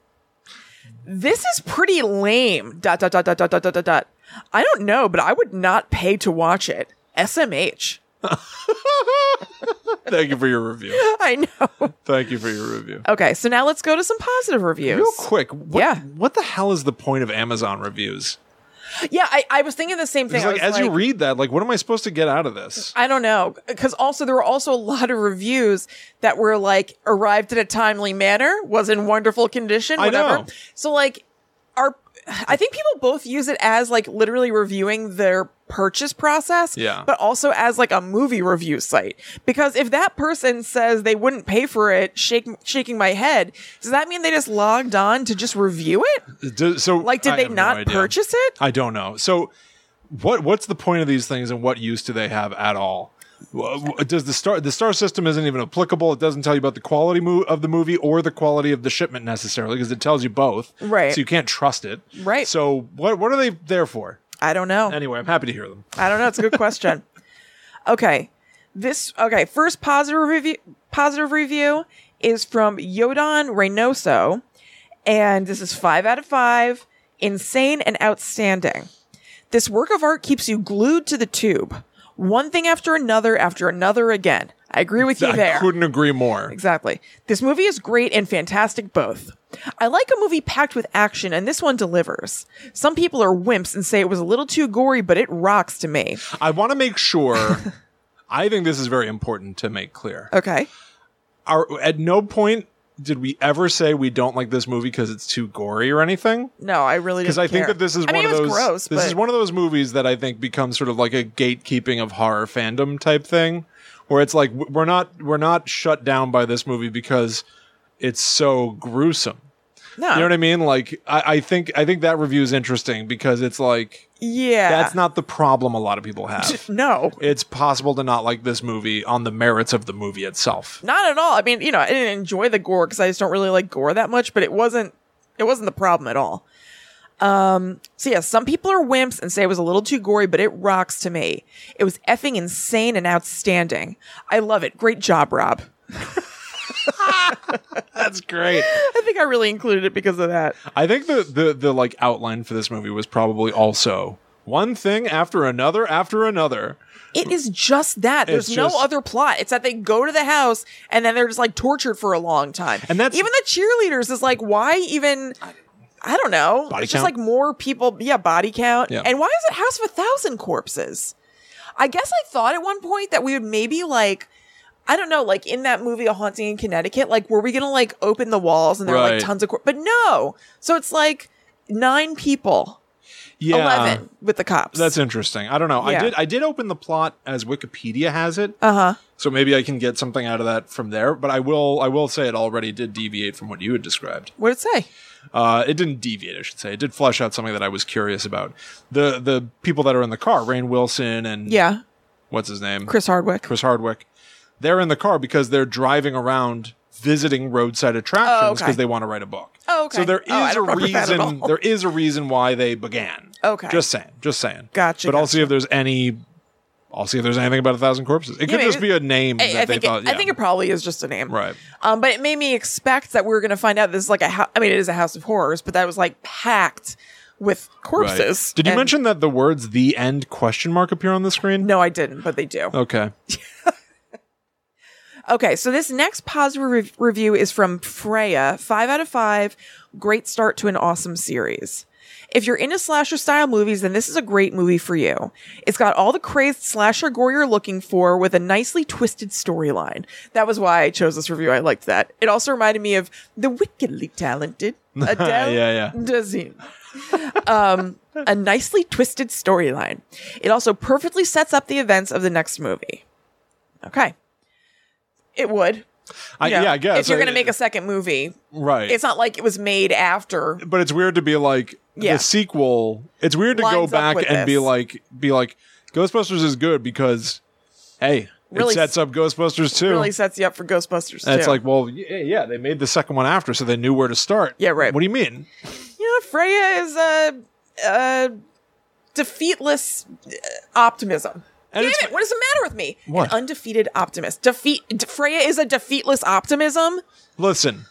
Speaker 1: This is pretty lame. Dot dot dot dot dot dot dot dot. dot. I don't know, but I would not pay to watch it. SMH.
Speaker 2: Thank you for your review.
Speaker 1: I know.
Speaker 2: Thank you for your review.
Speaker 1: Okay, so now let's go to some positive reviews.
Speaker 2: Real quick, what,
Speaker 1: Yeah.
Speaker 2: what the hell is the point of Amazon reviews?
Speaker 1: Yeah, I, I was thinking the same thing.
Speaker 2: Because
Speaker 1: I
Speaker 2: like,
Speaker 1: was
Speaker 2: as you read that, like, what am I supposed to get out of this?
Speaker 1: I don't know. Because also, there were also a lot of reviews that were like arrived in a timely manner, was in wonderful condition,
Speaker 2: I
Speaker 1: whatever.
Speaker 2: know.
Speaker 1: So, like, our, I think people both use it as like literally reviewing their purchase process,
Speaker 2: Yeah.
Speaker 1: but also as like a movie review site. Because if that person says they wouldn't pay for it, shake, shaking my head, does that mean they just logged on to just review it?
Speaker 2: Do- so,
Speaker 1: Like, did
Speaker 2: I
Speaker 1: they
Speaker 2: have no
Speaker 1: not
Speaker 2: idea.
Speaker 1: purchase it?
Speaker 2: I don't know. So, what what's the point of these things, and what use do they have at all? Wha- wha- Does the star the star system isn't even applicable? It doesn't tell you about the quality mo- of the movie or the quality of the shipment necessarily, because it tells you both.
Speaker 1: Right.
Speaker 2: So you can't trust it.
Speaker 1: Right.
Speaker 2: So what what are they there for?
Speaker 1: I don't know.
Speaker 2: Anyway, I'm happy to hear them.
Speaker 1: I don't know. It's a good question. okay. This okay, first positive review positive review is from Yodan Reynoso, and this is five out of five, insane and outstanding. This work of art keeps you glued to the tube. One thing after another after another again. I agree with you there.
Speaker 2: I couldn't agree more.
Speaker 1: Exactly. This movie is great and fantastic both. I like a movie packed with action, and this one delivers. Some people are wimps and say it was a little too gory, but it rocks to me.
Speaker 2: I want to make sure. I think this is very important to make clear.
Speaker 1: Okay.
Speaker 2: Our, at no point did we ever say we don't like this movie because it's too gory or anything.
Speaker 1: No, I really
Speaker 2: Because
Speaker 1: didn't
Speaker 2: I think
Speaker 1: care.
Speaker 2: that this is
Speaker 1: I
Speaker 2: one
Speaker 1: mean,
Speaker 2: of
Speaker 1: it was
Speaker 2: those.
Speaker 1: gross,
Speaker 2: this
Speaker 1: but
Speaker 2: is one of those movies that I think becomes sort of like a gatekeeping of horror fandom type thing, where it's like w- we're not we're not shut down by this movie because it's so gruesome.
Speaker 1: no.
Speaker 2: You know what I mean? Like I, I think I think that review is interesting because it's like
Speaker 1: yeah,
Speaker 2: that's not the problem a lot of people have.
Speaker 1: no,
Speaker 2: it's possible to not like this movie on the merits of the movie itself.
Speaker 1: not at all. I mean, you know, I didn't enjoy the gore because I just don't really like gore that much, but it wasn't it wasn't the problem at all. Um, so yeah, some people are wimps and say it was a little too gory, but it rocks to me. It was effing insane and outstanding. I love it. Great job, Rob.
Speaker 2: That's great.
Speaker 1: I think I really included it because of that.
Speaker 2: I think the, the the like outline for this movie was probably also one thing after another after another.
Speaker 1: It is just that. There's
Speaker 2: It's
Speaker 1: no
Speaker 2: just-
Speaker 1: other plot. It's that they go to the house and then they're just like tortured for a long time.
Speaker 2: And that's-
Speaker 1: even the cheerleaders is like, why even? I don't know.
Speaker 2: Body
Speaker 1: it's just
Speaker 2: count?
Speaker 1: like more people. Yeah, body count.
Speaker 2: Yeah.
Speaker 1: And why is it House of a Thousand Corpses? I guess I thought at one point that we would maybe like. I don't know, like in that movie, A Haunting in Connecticut, like, were we gonna like open the walls and there were
Speaker 2: Right.
Speaker 1: like tons of, cor- but no. So it's like nine people,
Speaker 2: Yeah.
Speaker 1: 11 with the cops.
Speaker 2: That's interesting. I don't know. I
Speaker 1: Yeah.
Speaker 2: did I did open the plot as Wikipedia has it.
Speaker 1: Uh huh.
Speaker 2: So maybe I can get something out of that from there, but I will I will say it already did deviate from what you had described.
Speaker 1: What did it say?
Speaker 2: Uh, it didn't deviate, I should say. It did flesh out something that I was curious about. The the people that are in the car, Rain Wilson and
Speaker 1: Yeah.
Speaker 2: what's his name?
Speaker 1: Chris Hardwick.
Speaker 2: Chris Hardwick. They're in the car because they're driving around visiting roadside attractions because
Speaker 1: Oh, okay.
Speaker 2: they want to write a book.
Speaker 1: Oh, okay.
Speaker 2: So there is
Speaker 1: Oh, I don't
Speaker 2: a
Speaker 1: remember that at
Speaker 2: reason
Speaker 1: all.
Speaker 2: there is a reason why they began.
Speaker 1: Okay.
Speaker 2: Just saying. Just saying.
Speaker 1: Gotcha,
Speaker 2: But I'll see if there's any I'll see if there's anything about a thousand corpses. It could
Speaker 1: maybe-
Speaker 2: just be a name that
Speaker 1: I, I
Speaker 2: they
Speaker 1: think
Speaker 2: thought.
Speaker 1: it,
Speaker 2: yeah.
Speaker 1: I think it probably is just a name,
Speaker 2: Right.
Speaker 1: Um, but it made me expect that we were going to find out this is like a hou- I mean, it is a house of horrors, but that was like packed with
Speaker 2: Right.
Speaker 1: corpses.
Speaker 2: Did you
Speaker 1: And-
Speaker 2: mention that the words "the end" question mark appear on the screen?
Speaker 1: No, I didn't, but they do.
Speaker 2: Okay.
Speaker 1: Okay, so this next positive re- review is from Freya. Five out of five. Great start to an awesome series. If you're into slasher style movies, then this is a great movie for you. It's got all the crazed slasher gore you're looking for with a nicely twisted storyline. That was why I chose this review. I liked that. It also reminded me of the wickedly talented Adele
Speaker 2: Yeah, yeah.
Speaker 1: Dazim. Um, a nicely twisted storyline. It also perfectly sets up the events of the next movie. Okay. It would.
Speaker 2: I,
Speaker 1: Yeah.
Speaker 2: yeah. I guess
Speaker 1: If you're going to make a
Speaker 2: a
Speaker 1: second movie,
Speaker 2: right,
Speaker 1: it's not like it was made after.
Speaker 2: but it's weird to be like
Speaker 1: Yeah.
Speaker 2: the sequel. It's weird to go
Speaker 1: Lines up
Speaker 2: back
Speaker 1: with
Speaker 2: and be
Speaker 1: this.
Speaker 2: like, be like, Ghostbusters is good because, hey,
Speaker 1: Really
Speaker 2: it sets up Ghostbusters too.
Speaker 1: Really sets you up for Ghostbusters.
Speaker 2: and it's
Speaker 1: too.
Speaker 2: like, well, yeah, yeah, they made the second one after, so they knew where to start.
Speaker 1: Yeah, right.
Speaker 2: What do you mean?
Speaker 1: you know, Freya is a, a defeatless uh, optimism.
Speaker 2: And
Speaker 1: Damn
Speaker 2: it's-
Speaker 1: it! What does the matter with me?
Speaker 2: What?
Speaker 1: An undefeated optimist. Defeat. De- Freya is a defeatless optimism.
Speaker 2: Listen,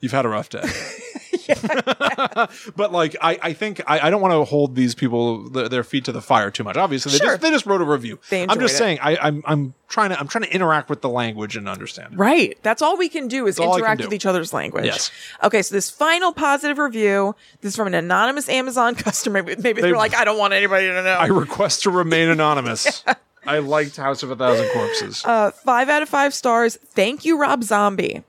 Speaker 2: you've had a rough day. but like I, I think I, I don't want to hold these people their, their feet to the fire too much. Obviously, they
Speaker 1: Sure.
Speaker 2: just they just wrote a review.
Speaker 1: They
Speaker 2: I'm just
Speaker 1: enjoyed it.
Speaker 2: saying I, I'm I'm trying to I'm trying to interact with the language and understand. it.
Speaker 1: Right. That's all we can do is
Speaker 2: all I can
Speaker 1: interact
Speaker 2: do.
Speaker 1: with each other's language.
Speaker 2: Yes.
Speaker 1: Okay, so this final positive review, this is from an anonymous Amazon customer. Maybe they,
Speaker 2: They-
Speaker 1: are like, I don't want anybody to know.
Speaker 2: I request to remain anonymous. I liked House of a Thousand Corpses.
Speaker 1: Uh, five out of five stars. Thank you, Rob Zombie.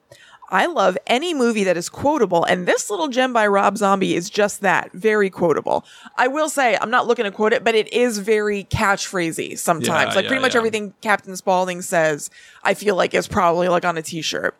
Speaker 1: I love any movie that is quotable, and this little gem by Rob Zombie is just that very quotable. I will say, I'm not looking to quote it, but it is very catchphrasey sometimes.
Speaker 2: Yeah,
Speaker 1: like,
Speaker 2: yeah,
Speaker 1: pretty much
Speaker 2: yeah.
Speaker 1: everything Captain Spaulding says, I feel like is probably like on a t shirt.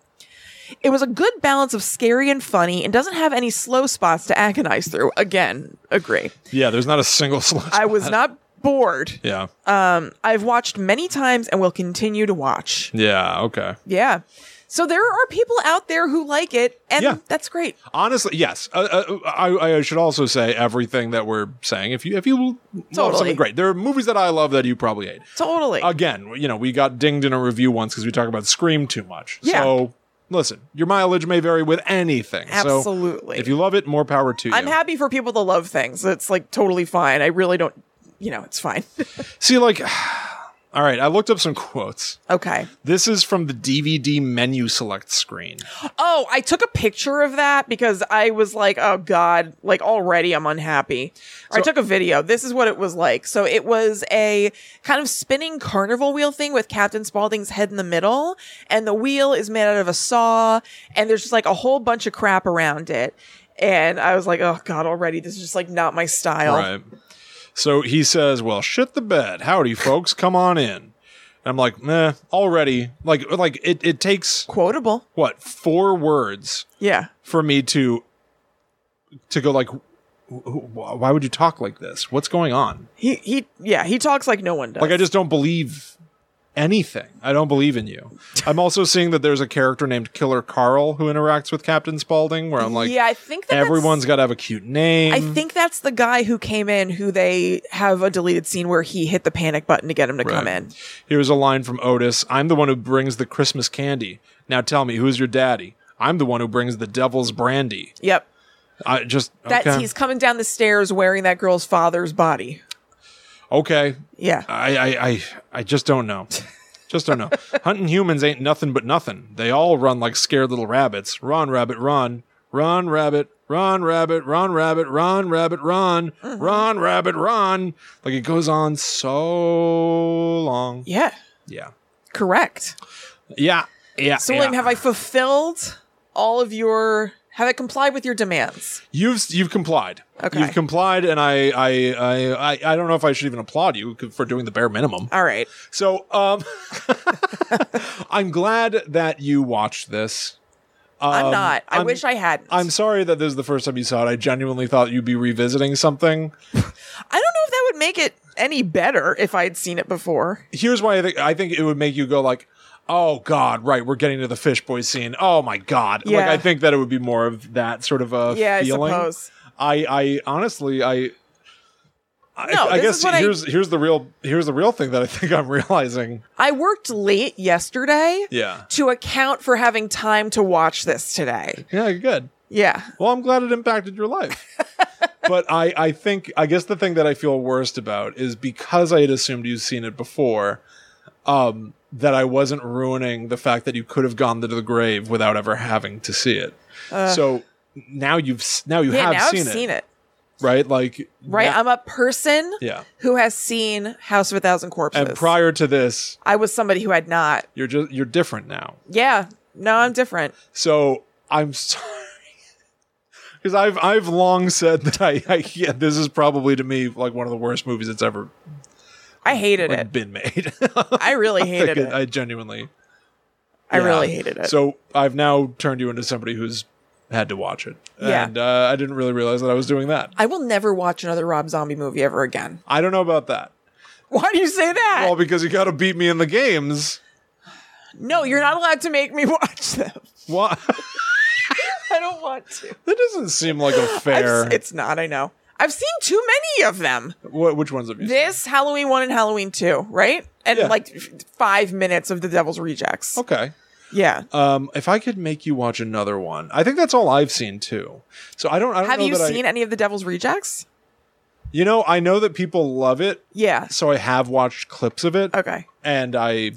Speaker 1: It was a good balance of scary and funny and doesn't have any slow spots to agonize through. Again, agree.
Speaker 2: yeah, there's not a single slash.
Speaker 1: I was not bored.
Speaker 2: yeah.
Speaker 1: uh, I've watched many times and will continue to watch.
Speaker 2: yeah. Okay.
Speaker 1: Yeah. So there are people out there who like it, and
Speaker 2: Yeah.
Speaker 1: that's great.
Speaker 2: Honestly, yes. Uh, uh, I, I should also say everything that we're saying. If you if you love
Speaker 1: Totally.
Speaker 2: something great, there are movies that I love that you probably hate.
Speaker 1: Totally.
Speaker 2: again, you know, we got dinged in a review once because we talk about Scream too much.
Speaker 1: Yeah.
Speaker 2: So listen, your mileage may vary with anything. So
Speaker 1: Absolutely.
Speaker 2: if you love it, more power to you.
Speaker 1: I'm happy for people to love things. It's like totally fine. I really don't, you know, it's fine.
Speaker 2: See, like, all right, I looked up some quotes.
Speaker 1: okay.
Speaker 2: This is from the DVD menu select screen.
Speaker 1: Oh, I took a picture of that because I was like, oh God, like already I'm unhappy. Or I
Speaker 2: So-
Speaker 1: took a video. This is what it was like. So it was a kind of spinning carnival wheel thing with Captain Spaulding's head in the middle. And the wheel is made out of a saw. And there's just like a whole bunch of crap around it. And I was like, oh God, already. This is just like not my style.
Speaker 2: Right. So he says, "Well, shit the bed. Howdy, folks. Come on in." And I'm like, meh, already. Like, like it, it takes
Speaker 1: Quotable.
Speaker 2: what four words
Speaker 1: Yeah.
Speaker 2: for me to to go like "Wh- wh- why would you talk like this what's going on
Speaker 1: He, he, yeah, he talks like no one does.
Speaker 2: like i just don't believe anything. I don't believe in you. I'm also seeing that there's a character named Killer Carl who interacts with Captain Spaulding, where I'm like,
Speaker 1: yeah, I think that
Speaker 2: everyone's got to have a cute name.
Speaker 1: I think that's the guy who came in who they have a deleted scene where he hit the panic button to get him to come
Speaker 2: Right.
Speaker 1: in.
Speaker 2: Here's a line from Otis I'm the one who brings the Christmas candy. Now tell me, who's your daddy? I'm the one who brings the devil's brandy.
Speaker 1: Yep.
Speaker 2: I just
Speaker 1: That's
Speaker 2: okay.
Speaker 1: he's coming down the stairs wearing that girl's father's body.
Speaker 2: okay.
Speaker 1: Yeah.
Speaker 2: I, I I I just don't know. Just don't know. Hunting humans ain't nothing but nothing. They all run like scared little rabbits. Run, rabbit, run. Run, rabbit. Run, rabbit. Run, rabbit. Run, rabbit. Run.
Speaker 1: Uh-huh.
Speaker 2: Run, rabbit. Run. Like it goes on so long.
Speaker 1: yeah.
Speaker 2: Yeah.
Speaker 1: Correct.
Speaker 2: Yeah. Yeah.
Speaker 1: So
Speaker 2: yeah.
Speaker 1: William, have I fulfilled all of your have I complied with your demands?
Speaker 2: You've you've complied.
Speaker 1: Okay.
Speaker 2: You've complied, and I I, I I I don't know if I should even applaud you for doing the bare minimum.
Speaker 1: All right.
Speaker 2: So um, I'm glad that you watched this.
Speaker 1: I'm
Speaker 2: Um,
Speaker 1: not. I
Speaker 2: I'm-
Speaker 1: wish I hadn't. I'm,
Speaker 2: I'm sorry that this is the first time you saw it. I genuinely thought you'd be revisiting something.
Speaker 1: I don't know if that would make it any better if I'd seen it before.
Speaker 2: Here's why I think I think it would make you go like, "Oh God, right, we're getting to the fish boy scene. Oh my God!" Like
Speaker 1: Yeah.
Speaker 2: I think that it would be more of that sort of a
Speaker 1: Yeah, I
Speaker 2: feeling.
Speaker 1: suppose.
Speaker 2: I, I honestly, I, I,
Speaker 1: No,
Speaker 2: I
Speaker 1: this is
Speaker 2: guess
Speaker 1: what I-
Speaker 2: here's here's the real here's the real thing that I think I'm realizing.
Speaker 1: I worked late yesterday
Speaker 2: Yeah,
Speaker 1: to account for having time to watch this today.
Speaker 2: yeah, good.
Speaker 1: Yeah.
Speaker 2: Well, I'm glad it impacted your life. but I, I think, I guess the thing that I feel worst about is because I had assumed you'd seen it before, um, that I wasn't ruining the fact that you could have gone to the grave without ever having to see it. so now you've s- now you
Speaker 1: Yeah,
Speaker 2: have
Speaker 1: now
Speaker 2: seen,
Speaker 1: I've
Speaker 2: it,
Speaker 1: seen it.
Speaker 2: right? Like
Speaker 1: Right?
Speaker 2: now-
Speaker 1: I'm a person
Speaker 2: yeah.
Speaker 1: who has seen House of a Thousand Corpses.
Speaker 2: And prior to this,
Speaker 1: I was somebody who had not.
Speaker 2: you're just you're different now.
Speaker 1: Yeah. No, I'm different.
Speaker 2: So I'm sorry. Because I've I've long said that I, I yeah, this is probably to me like one of the worst movies that's ever
Speaker 1: I hated
Speaker 2: like,
Speaker 1: it.
Speaker 2: been made.
Speaker 1: I really hated
Speaker 2: Like,
Speaker 1: it.
Speaker 2: I genuinely.
Speaker 1: I
Speaker 2: yeah.
Speaker 1: really hated it.
Speaker 2: So I've now turned you into somebody who's had to watch it.
Speaker 1: Yeah.
Speaker 2: And uh, I didn't really realize that I was doing that.
Speaker 1: I will never watch another Rob Zombie movie ever again.
Speaker 2: I don't know about that.
Speaker 1: Why do you say that?
Speaker 2: Well, because you got to beat me in the games.
Speaker 1: no, you're not allowed to make me watch them.
Speaker 2: Why?
Speaker 1: I don't want to.
Speaker 2: that doesn't seem like a
Speaker 1: I've
Speaker 2: fair.
Speaker 1: s- it's not, I know. I've seen too many of them.
Speaker 2: Wh- which ones have you? seen?
Speaker 1: This Halloween 1 and Halloween 2, right? And
Speaker 2: Yeah.
Speaker 1: like f- 5 minutes of The Devil's Rejects.
Speaker 2: Okay.
Speaker 1: Yeah.
Speaker 2: Um, if I could make you watch another one, I think that's all I've seen too. So I don't. I don't
Speaker 1: Have
Speaker 2: know
Speaker 1: you
Speaker 2: that I-
Speaker 1: seen any of The Devil's Rejects?
Speaker 2: you know, I know that people love it,
Speaker 1: Yeah.
Speaker 2: so I have watched clips of it.
Speaker 1: Okay.
Speaker 2: and I,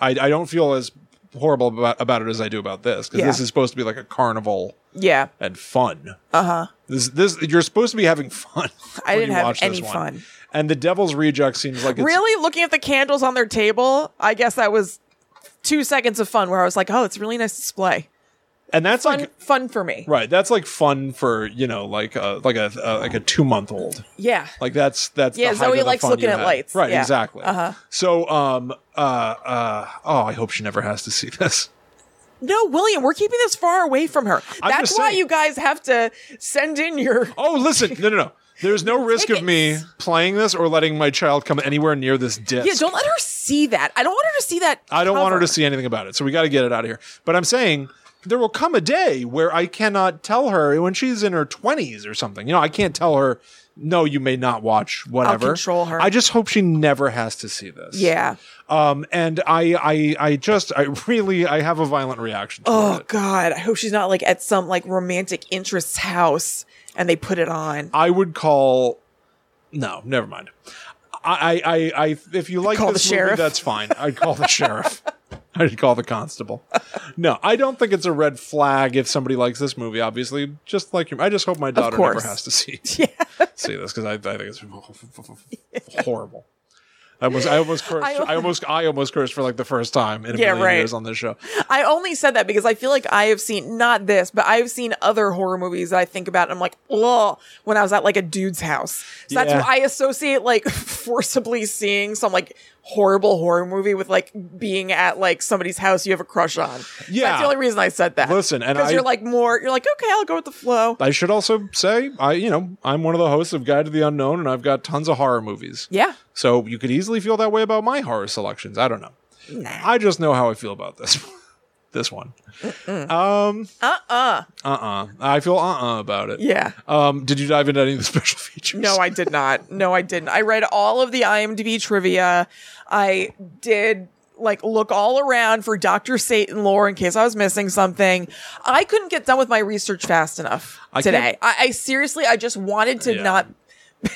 Speaker 2: I, I don't feel as horrible about, about it as I do about this because
Speaker 1: Yeah.
Speaker 2: this is supposed to be like a carnival
Speaker 1: Yeah.
Speaker 2: and fun.
Speaker 1: Uh-huh.
Speaker 2: This, this, you're supposed to be having fun.
Speaker 1: I
Speaker 2: when
Speaker 1: didn't
Speaker 2: you
Speaker 1: have
Speaker 2: watch this
Speaker 1: any
Speaker 2: one.
Speaker 1: fun.
Speaker 2: And the Devil's Reject seems like it's,
Speaker 1: really looking at the candles on their table, I guess that was 2 seconds of fun where I was like, "Oh, it's a really nice display."
Speaker 2: and that's
Speaker 1: Fun
Speaker 2: like
Speaker 1: fun for me.
Speaker 2: right. That's like fun for you know, like a like a, a like a two month old.
Speaker 1: Yeah.
Speaker 2: Like that's that's
Speaker 1: Yeah,
Speaker 2: The height
Speaker 1: Zoe
Speaker 2: of the
Speaker 1: likes
Speaker 2: fun
Speaker 1: looking
Speaker 2: you
Speaker 1: at
Speaker 2: had.
Speaker 1: lights.
Speaker 2: Right,
Speaker 1: Yeah.
Speaker 2: exactly. Uh-huh. So um uh uh oh, I hope she never has to see this.
Speaker 1: No, William, we're keeping this far away from her.
Speaker 2: I'm
Speaker 1: That's
Speaker 2: just
Speaker 1: why
Speaker 2: saying.
Speaker 1: you guys have to send in your
Speaker 2: Oh, listen, no, no, no. There's no risk of me
Speaker 1: Tickets.
Speaker 2: playing this or letting my child come anywhere near this disc.
Speaker 1: Yeah, don't let her see that. I don't want her to see that.
Speaker 2: I don't want her
Speaker 1: cover.
Speaker 2: to see anything about it. So we got to get it out of here. But I'm saying there will come a day where I cannot tell her when she's in her 20s or something. You know, I can't tell her, no, you may not watch whatever.
Speaker 1: control her.
Speaker 2: I just hope she never has to see this.
Speaker 1: Yeah.
Speaker 2: Um, and I, I, I just, I really, I have a violent reaction to
Speaker 1: Oh
Speaker 2: it.
Speaker 1: God, I hope she's not like at some like romantic interest's house and they put it on.
Speaker 2: I would call. No, never mind. I, I, I, I if you like
Speaker 1: Call
Speaker 2: this
Speaker 1: the sheriff.
Speaker 2: movie, that's fine. I'd call the sheriff. I'd call the constable. No, I don't think it's a red flag if somebody likes this movie. Obviously, just like your, I just hope my daughter never
Speaker 1: course.
Speaker 2: has to see see this because I, I think it's horrible. I almost, I almost cursed.
Speaker 1: I-
Speaker 2: I almost, I almost cursed for like the first time in a
Speaker 1: Yeah,
Speaker 2: million
Speaker 1: right.
Speaker 2: years on this show.
Speaker 1: I only said that because I feel like I have seen not this, but I've seen other horror movies that I think about and I'm like, oh, when I was at like a dude's house. So that's
Speaker 2: Yeah.
Speaker 1: what I associate like forcibly seeing some like horrible horror movie with like being at like somebody's house you have a crush on. That's
Speaker 2: Yeah.
Speaker 1: the only reason I said that.
Speaker 2: Listen, and
Speaker 1: because
Speaker 2: I-
Speaker 1: you're like more you're like, okay, I'll go with the flow.
Speaker 2: I should also say, I, you know, I'm one of the hosts of Guide to the Unknown, and I've got tons of horror movies.
Speaker 1: Yeah.
Speaker 2: So you could easily feel that way about my horror selections. I don't know. I just know how I feel about this. this one. Um
Speaker 1: Uh uh
Speaker 2: uh-uh. I feel uh-uh about it.
Speaker 1: Yeah.
Speaker 2: Um did you dive into any of the special features?
Speaker 1: No, I did not. No, I didn't. I read all of the IMDb trivia. I did like look all around for Dr. Satan lore in case I was missing something. I couldn't get done with my research fast enough
Speaker 2: I
Speaker 1: today.
Speaker 2: can't-
Speaker 1: I, I seriously, I just wanted to
Speaker 2: Yeah.
Speaker 1: not.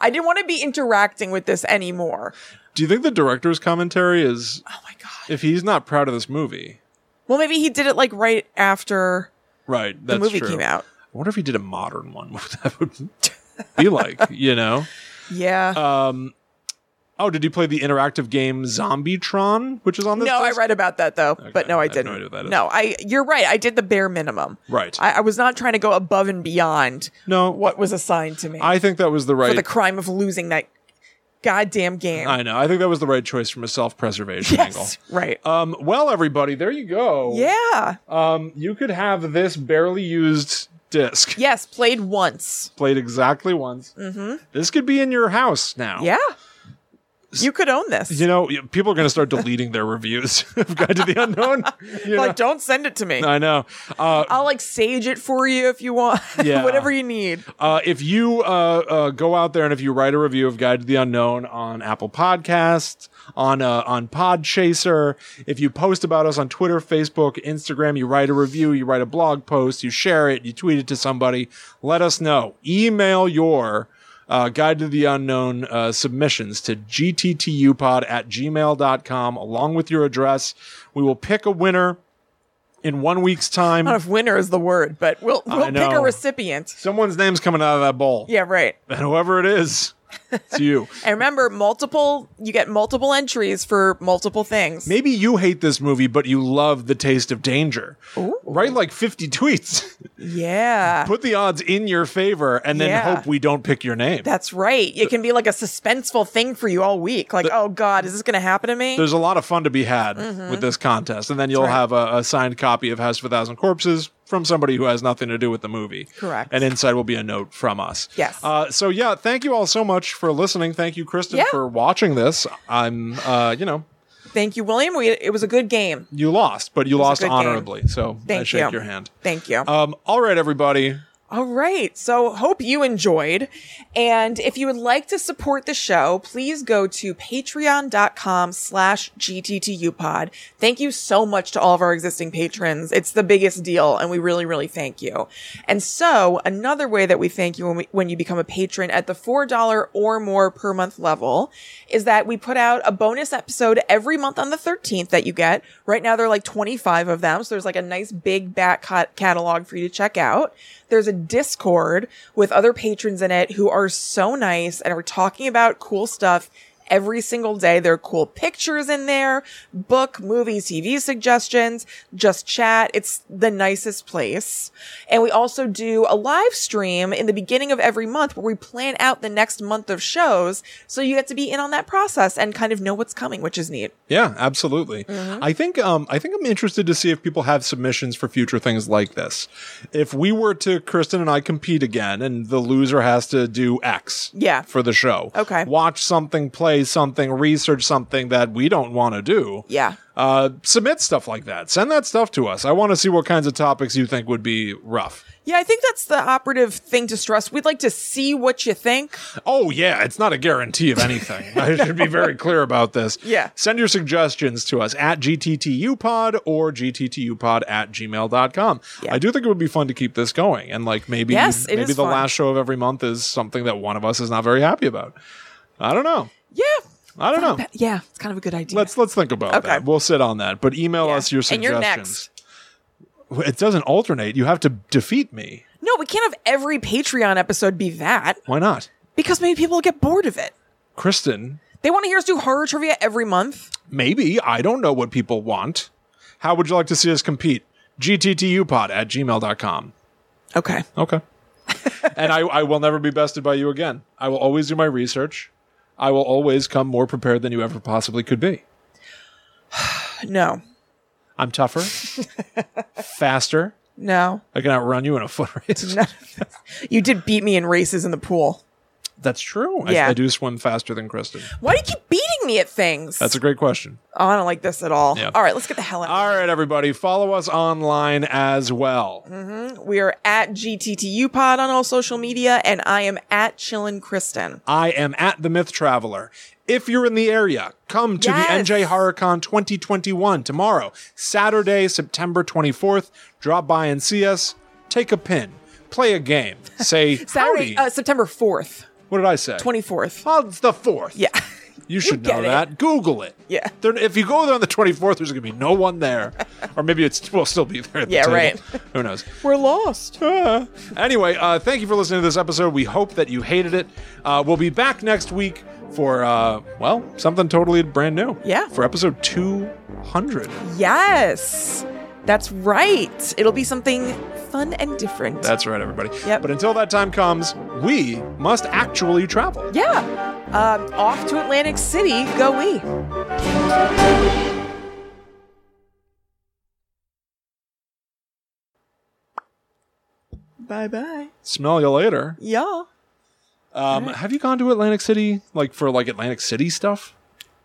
Speaker 1: I didn't want to be interacting with this anymore.
Speaker 2: Do you think the director's commentary is
Speaker 1: Oh my god.
Speaker 2: if he's not proud of this movie?
Speaker 1: Well, maybe he did it like right after
Speaker 2: Right,
Speaker 1: the
Speaker 2: that's
Speaker 1: movie
Speaker 2: true.
Speaker 1: came out.
Speaker 2: I wonder if he did a modern one, what that would be like, you know?
Speaker 1: Yeah.
Speaker 2: Um, oh, did you play the interactive game Zombitron, which is on this?
Speaker 1: no, I
Speaker 2: disc?
Speaker 1: read about that though, but no,
Speaker 2: I
Speaker 1: I
Speaker 2: have no
Speaker 1: didn't.
Speaker 2: idea what that is.
Speaker 1: no, I. You're right. I did the bare minimum.
Speaker 2: Right.
Speaker 1: I, I was not trying to go above and beyond
Speaker 2: no,
Speaker 1: what was assigned to me
Speaker 2: I think that was the right.
Speaker 1: for the crime of losing that goddamn game.
Speaker 2: I know. I think that was the right choice from a self-preservation angle.
Speaker 1: yes, right.
Speaker 2: Um, well, everybody, there you go.
Speaker 1: yeah.
Speaker 2: Um, you could have this barely used disc
Speaker 1: Yes, played once.
Speaker 2: played exactly once. Mm-hmm. This could be in your house now.
Speaker 1: Yeah. You could own this.
Speaker 2: You know, you- people are going to start deleting their reviews of Guide to the Unknown. You know?
Speaker 1: like, don't send it to me.
Speaker 2: I know. Uh,
Speaker 1: I'll like sage it for you if you want.
Speaker 2: Yeah.
Speaker 1: Whatever you need.
Speaker 2: Uh, if you uh, uh, go out there and if you write a review of Guide to the Unknown on Apple Podcasts, on uh, on Podchaser, if you post about us on Twitter, Facebook, Instagram, you write a review, you write a blog post, you share it, you tweet it to somebody, let us know. Email your uh, Guide to the Unknown uh, submissions to gttupod at gmail.com along with your address. We will pick a winner in one week's
Speaker 1: I don't
Speaker 2: time.
Speaker 1: know if winner is the word, but we'll we'll pick a
Speaker 2: know.
Speaker 1: recipient.
Speaker 2: Someone's name's coming out of that bowl.
Speaker 1: Yeah, right.
Speaker 2: And whoever it is, it's you.
Speaker 1: And remember, multiple you get multiple entries for multiple things.
Speaker 2: Maybe you hate this movie, but you love the taste of danger. Write like 50 tweets.
Speaker 1: Yeah.
Speaker 2: Put the odds in your favor and then
Speaker 1: Yeah.
Speaker 2: hope we don't pick your name.
Speaker 1: That's right. It can be like a suspenseful thing for you all week. Like, oh God, is this going to happen to me?
Speaker 2: There's a lot of fun to be had with this contest. And then you'll
Speaker 1: Mm-hmm. right.
Speaker 2: have a, a signed copy of House of a Thousand Corpses from somebody who has nothing to do with the movie.
Speaker 1: Correct.
Speaker 2: And inside will be a note from us.
Speaker 1: Yes.
Speaker 2: Uh, so, yeah, thank you all so much for listening. Thank you, Kristen,
Speaker 1: Yeah.
Speaker 2: for watching this. I'm, uh, you know,
Speaker 1: Thank you, William. We, it was a good game.
Speaker 2: you lost, but you
Speaker 1: was a
Speaker 2: lost
Speaker 1: good game.
Speaker 2: honorably. So
Speaker 1: Thank
Speaker 2: I
Speaker 1: you.
Speaker 2: shake your hand.
Speaker 1: Thank you.
Speaker 2: Um, all right, everybody.
Speaker 1: All right. So, hope you enjoyed. And if you would like to support the show, please go to patreon.com slash gttupod. Thank you so much to all of our existing patrons. It's the biggest deal, and we really, really thank you. And so, another way that we thank you when, we, when you become a patron at the $4 or more per month level is that we put out a bonus episode every month on the 13th that you get. Right now, there are like 25 of them. So, there's like a nice big back ca- catalog for you to check out there's a discord with other patrons in it who are so nice and are talking about cool stuff every single day there are cool pictures in there book movie tv suggestions just chat it's the nicest place and we also do a live stream in the beginning of every month where we plan out the next month of shows so you get to be in on that process and kind of know what's coming which is neat
Speaker 2: Yeah, absolutely.
Speaker 1: Mm-hmm.
Speaker 2: I think um, I think I'm interested to see if people have submissions for future things like this. If we were to Kristen and I compete again, and the loser has to do X,
Speaker 1: Yeah.
Speaker 2: for the show,
Speaker 1: Okay.
Speaker 2: watch something, play something, research something that we don't want to do,
Speaker 1: yeah
Speaker 2: uh, submit stuff like that. Send that stuff to us. I want to see what kinds of topics you think would be rough.
Speaker 1: yeah i think that's the operative thing to stress we'd like to see what you think
Speaker 2: Oh yeah, it's not a guarantee of anything. I should be very clear about this.
Speaker 1: Yeah.
Speaker 2: Send your suggestions to us at gttupod or gttupod at gmail.com.
Speaker 1: Yeah.
Speaker 2: I do think it would be fun to keep this going. And like maybe
Speaker 1: Yes, it
Speaker 2: maybe
Speaker 1: is
Speaker 2: the
Speaker 1: fun.
Speaker 2: last show of every month is something that one of us is not very happy about. I don't know.
Speaker 1: yeah
Speaker 2: I don't know.
Speaker 1: That- yeah, it's kind of a good idea.
Speaker 2: Let's let's think about
Speaker 1: Okay.
Speaker 2: that. We'll sit on that. But email us your
Speaker 1: And
Speaker 2: suggestions.
Speaker 1: you're next.
Speaker 2: It doesn't alternate. You have to defeat me.
Speaker 1: No, we can't have every Patreon episode be that
Speaker 2: Why not?
Speaker 1: because maybe people will get bored of it.
Speaker 2: Kristen,
Speaker 1: They want to hear us do horror trivia every month.
Speaker 2: Maybe. I don't know what people want. How would you like to see us compete? GTTUpod at gmail.com.
Speaker 1: Okay.
Speaker 2: Okay. and I, I will never be bested by you again. I will always do my research. I will always come more prepared than you ever possibly could be.
Speaker 1: No,
Speaker 2: I'm tougher, faster.
Speaker 1: no.
Speaker 2: I can outrun you in a foot race.
Speaker 1: You did beat me in races in the pool.
Speaker 2: That's true. I-
Speaker 1: Yeah.
Speaker 2: I, do swim faster than Kristen.
Speaker 1: Why do you keep beating me at things?
Speaker 2: That's a great question.
Speaker 1: oh, I don't like this at all.
Speaker 2: Yeah. Uh,
Speaker 1: All right, let's get the hell out.
Speaker 2: All right, everybody, follow us online as well.
Speaker 1: We are at GTTU Pod on all social media, and I am at Chillin' Kristen.
Speaker 2: I am at the Myth Traveler. If you're in the area, come to
Speaker 1: Yes.
Speaker 2: the NJ HorrorCon 2021 tomorrow, Saturday, September 24th. Drop by and see us. Take a pin, play a game, say
Speaker 1: Saturday,
Speaker 2: howdy.
Speaker 1: uh, September 4th,
Speaker 2: what did I say?
Speaker 1: 24th.
Speaker 2: Well, it's the fourth.
Speaker 1: Yeah.
Speaker 2: You should
Speaker 1: get
Speaker 2: know
Speaker 1: it.
Speaker 2: that. Google it.
Speaker 1: Yeah.
Speaker 2: There, if you go there on the 24th, there's going to be no one there. or maybe it's will still be there. At the
Speaker 1: Yeah,
Speaker 2: table.
Speaker 1: right.
Speaker 2: Who knows?
Speaker 1: We're lost.
Speaker 2: Ah. anyway, uh, thank you for listening to this episode. We hope that you hated it. Uh, we'll be back next week for, uh, well, something totally brand new.
Speaker 1: Yeah.
Speaker 2: For episode 200.
Speaker 1: Yes. That's right. It'll be something fun and different.
Speaker 2: That's right, everybody.
Speaker 1: Yep.
Speaker 2: But until that time comes, we must actually travel.
Speaker 1: yeah. Um, off to Atlantic City, go we. Bye bye.
Speaker 2: Smell you later.
Speaker 1: Yeah.
Speaker 2: Um, Have you gone to Atlantic City, like for like Atlantic City stuff?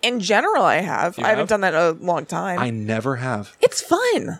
Speaker 1: In general, I have.
Speaker 2: You
Speaker 1: I haven't
Speaker 2: have?
Speaker 1: done that in a long time.
Speaker 2: I never have.
Speaker 1: it's fun.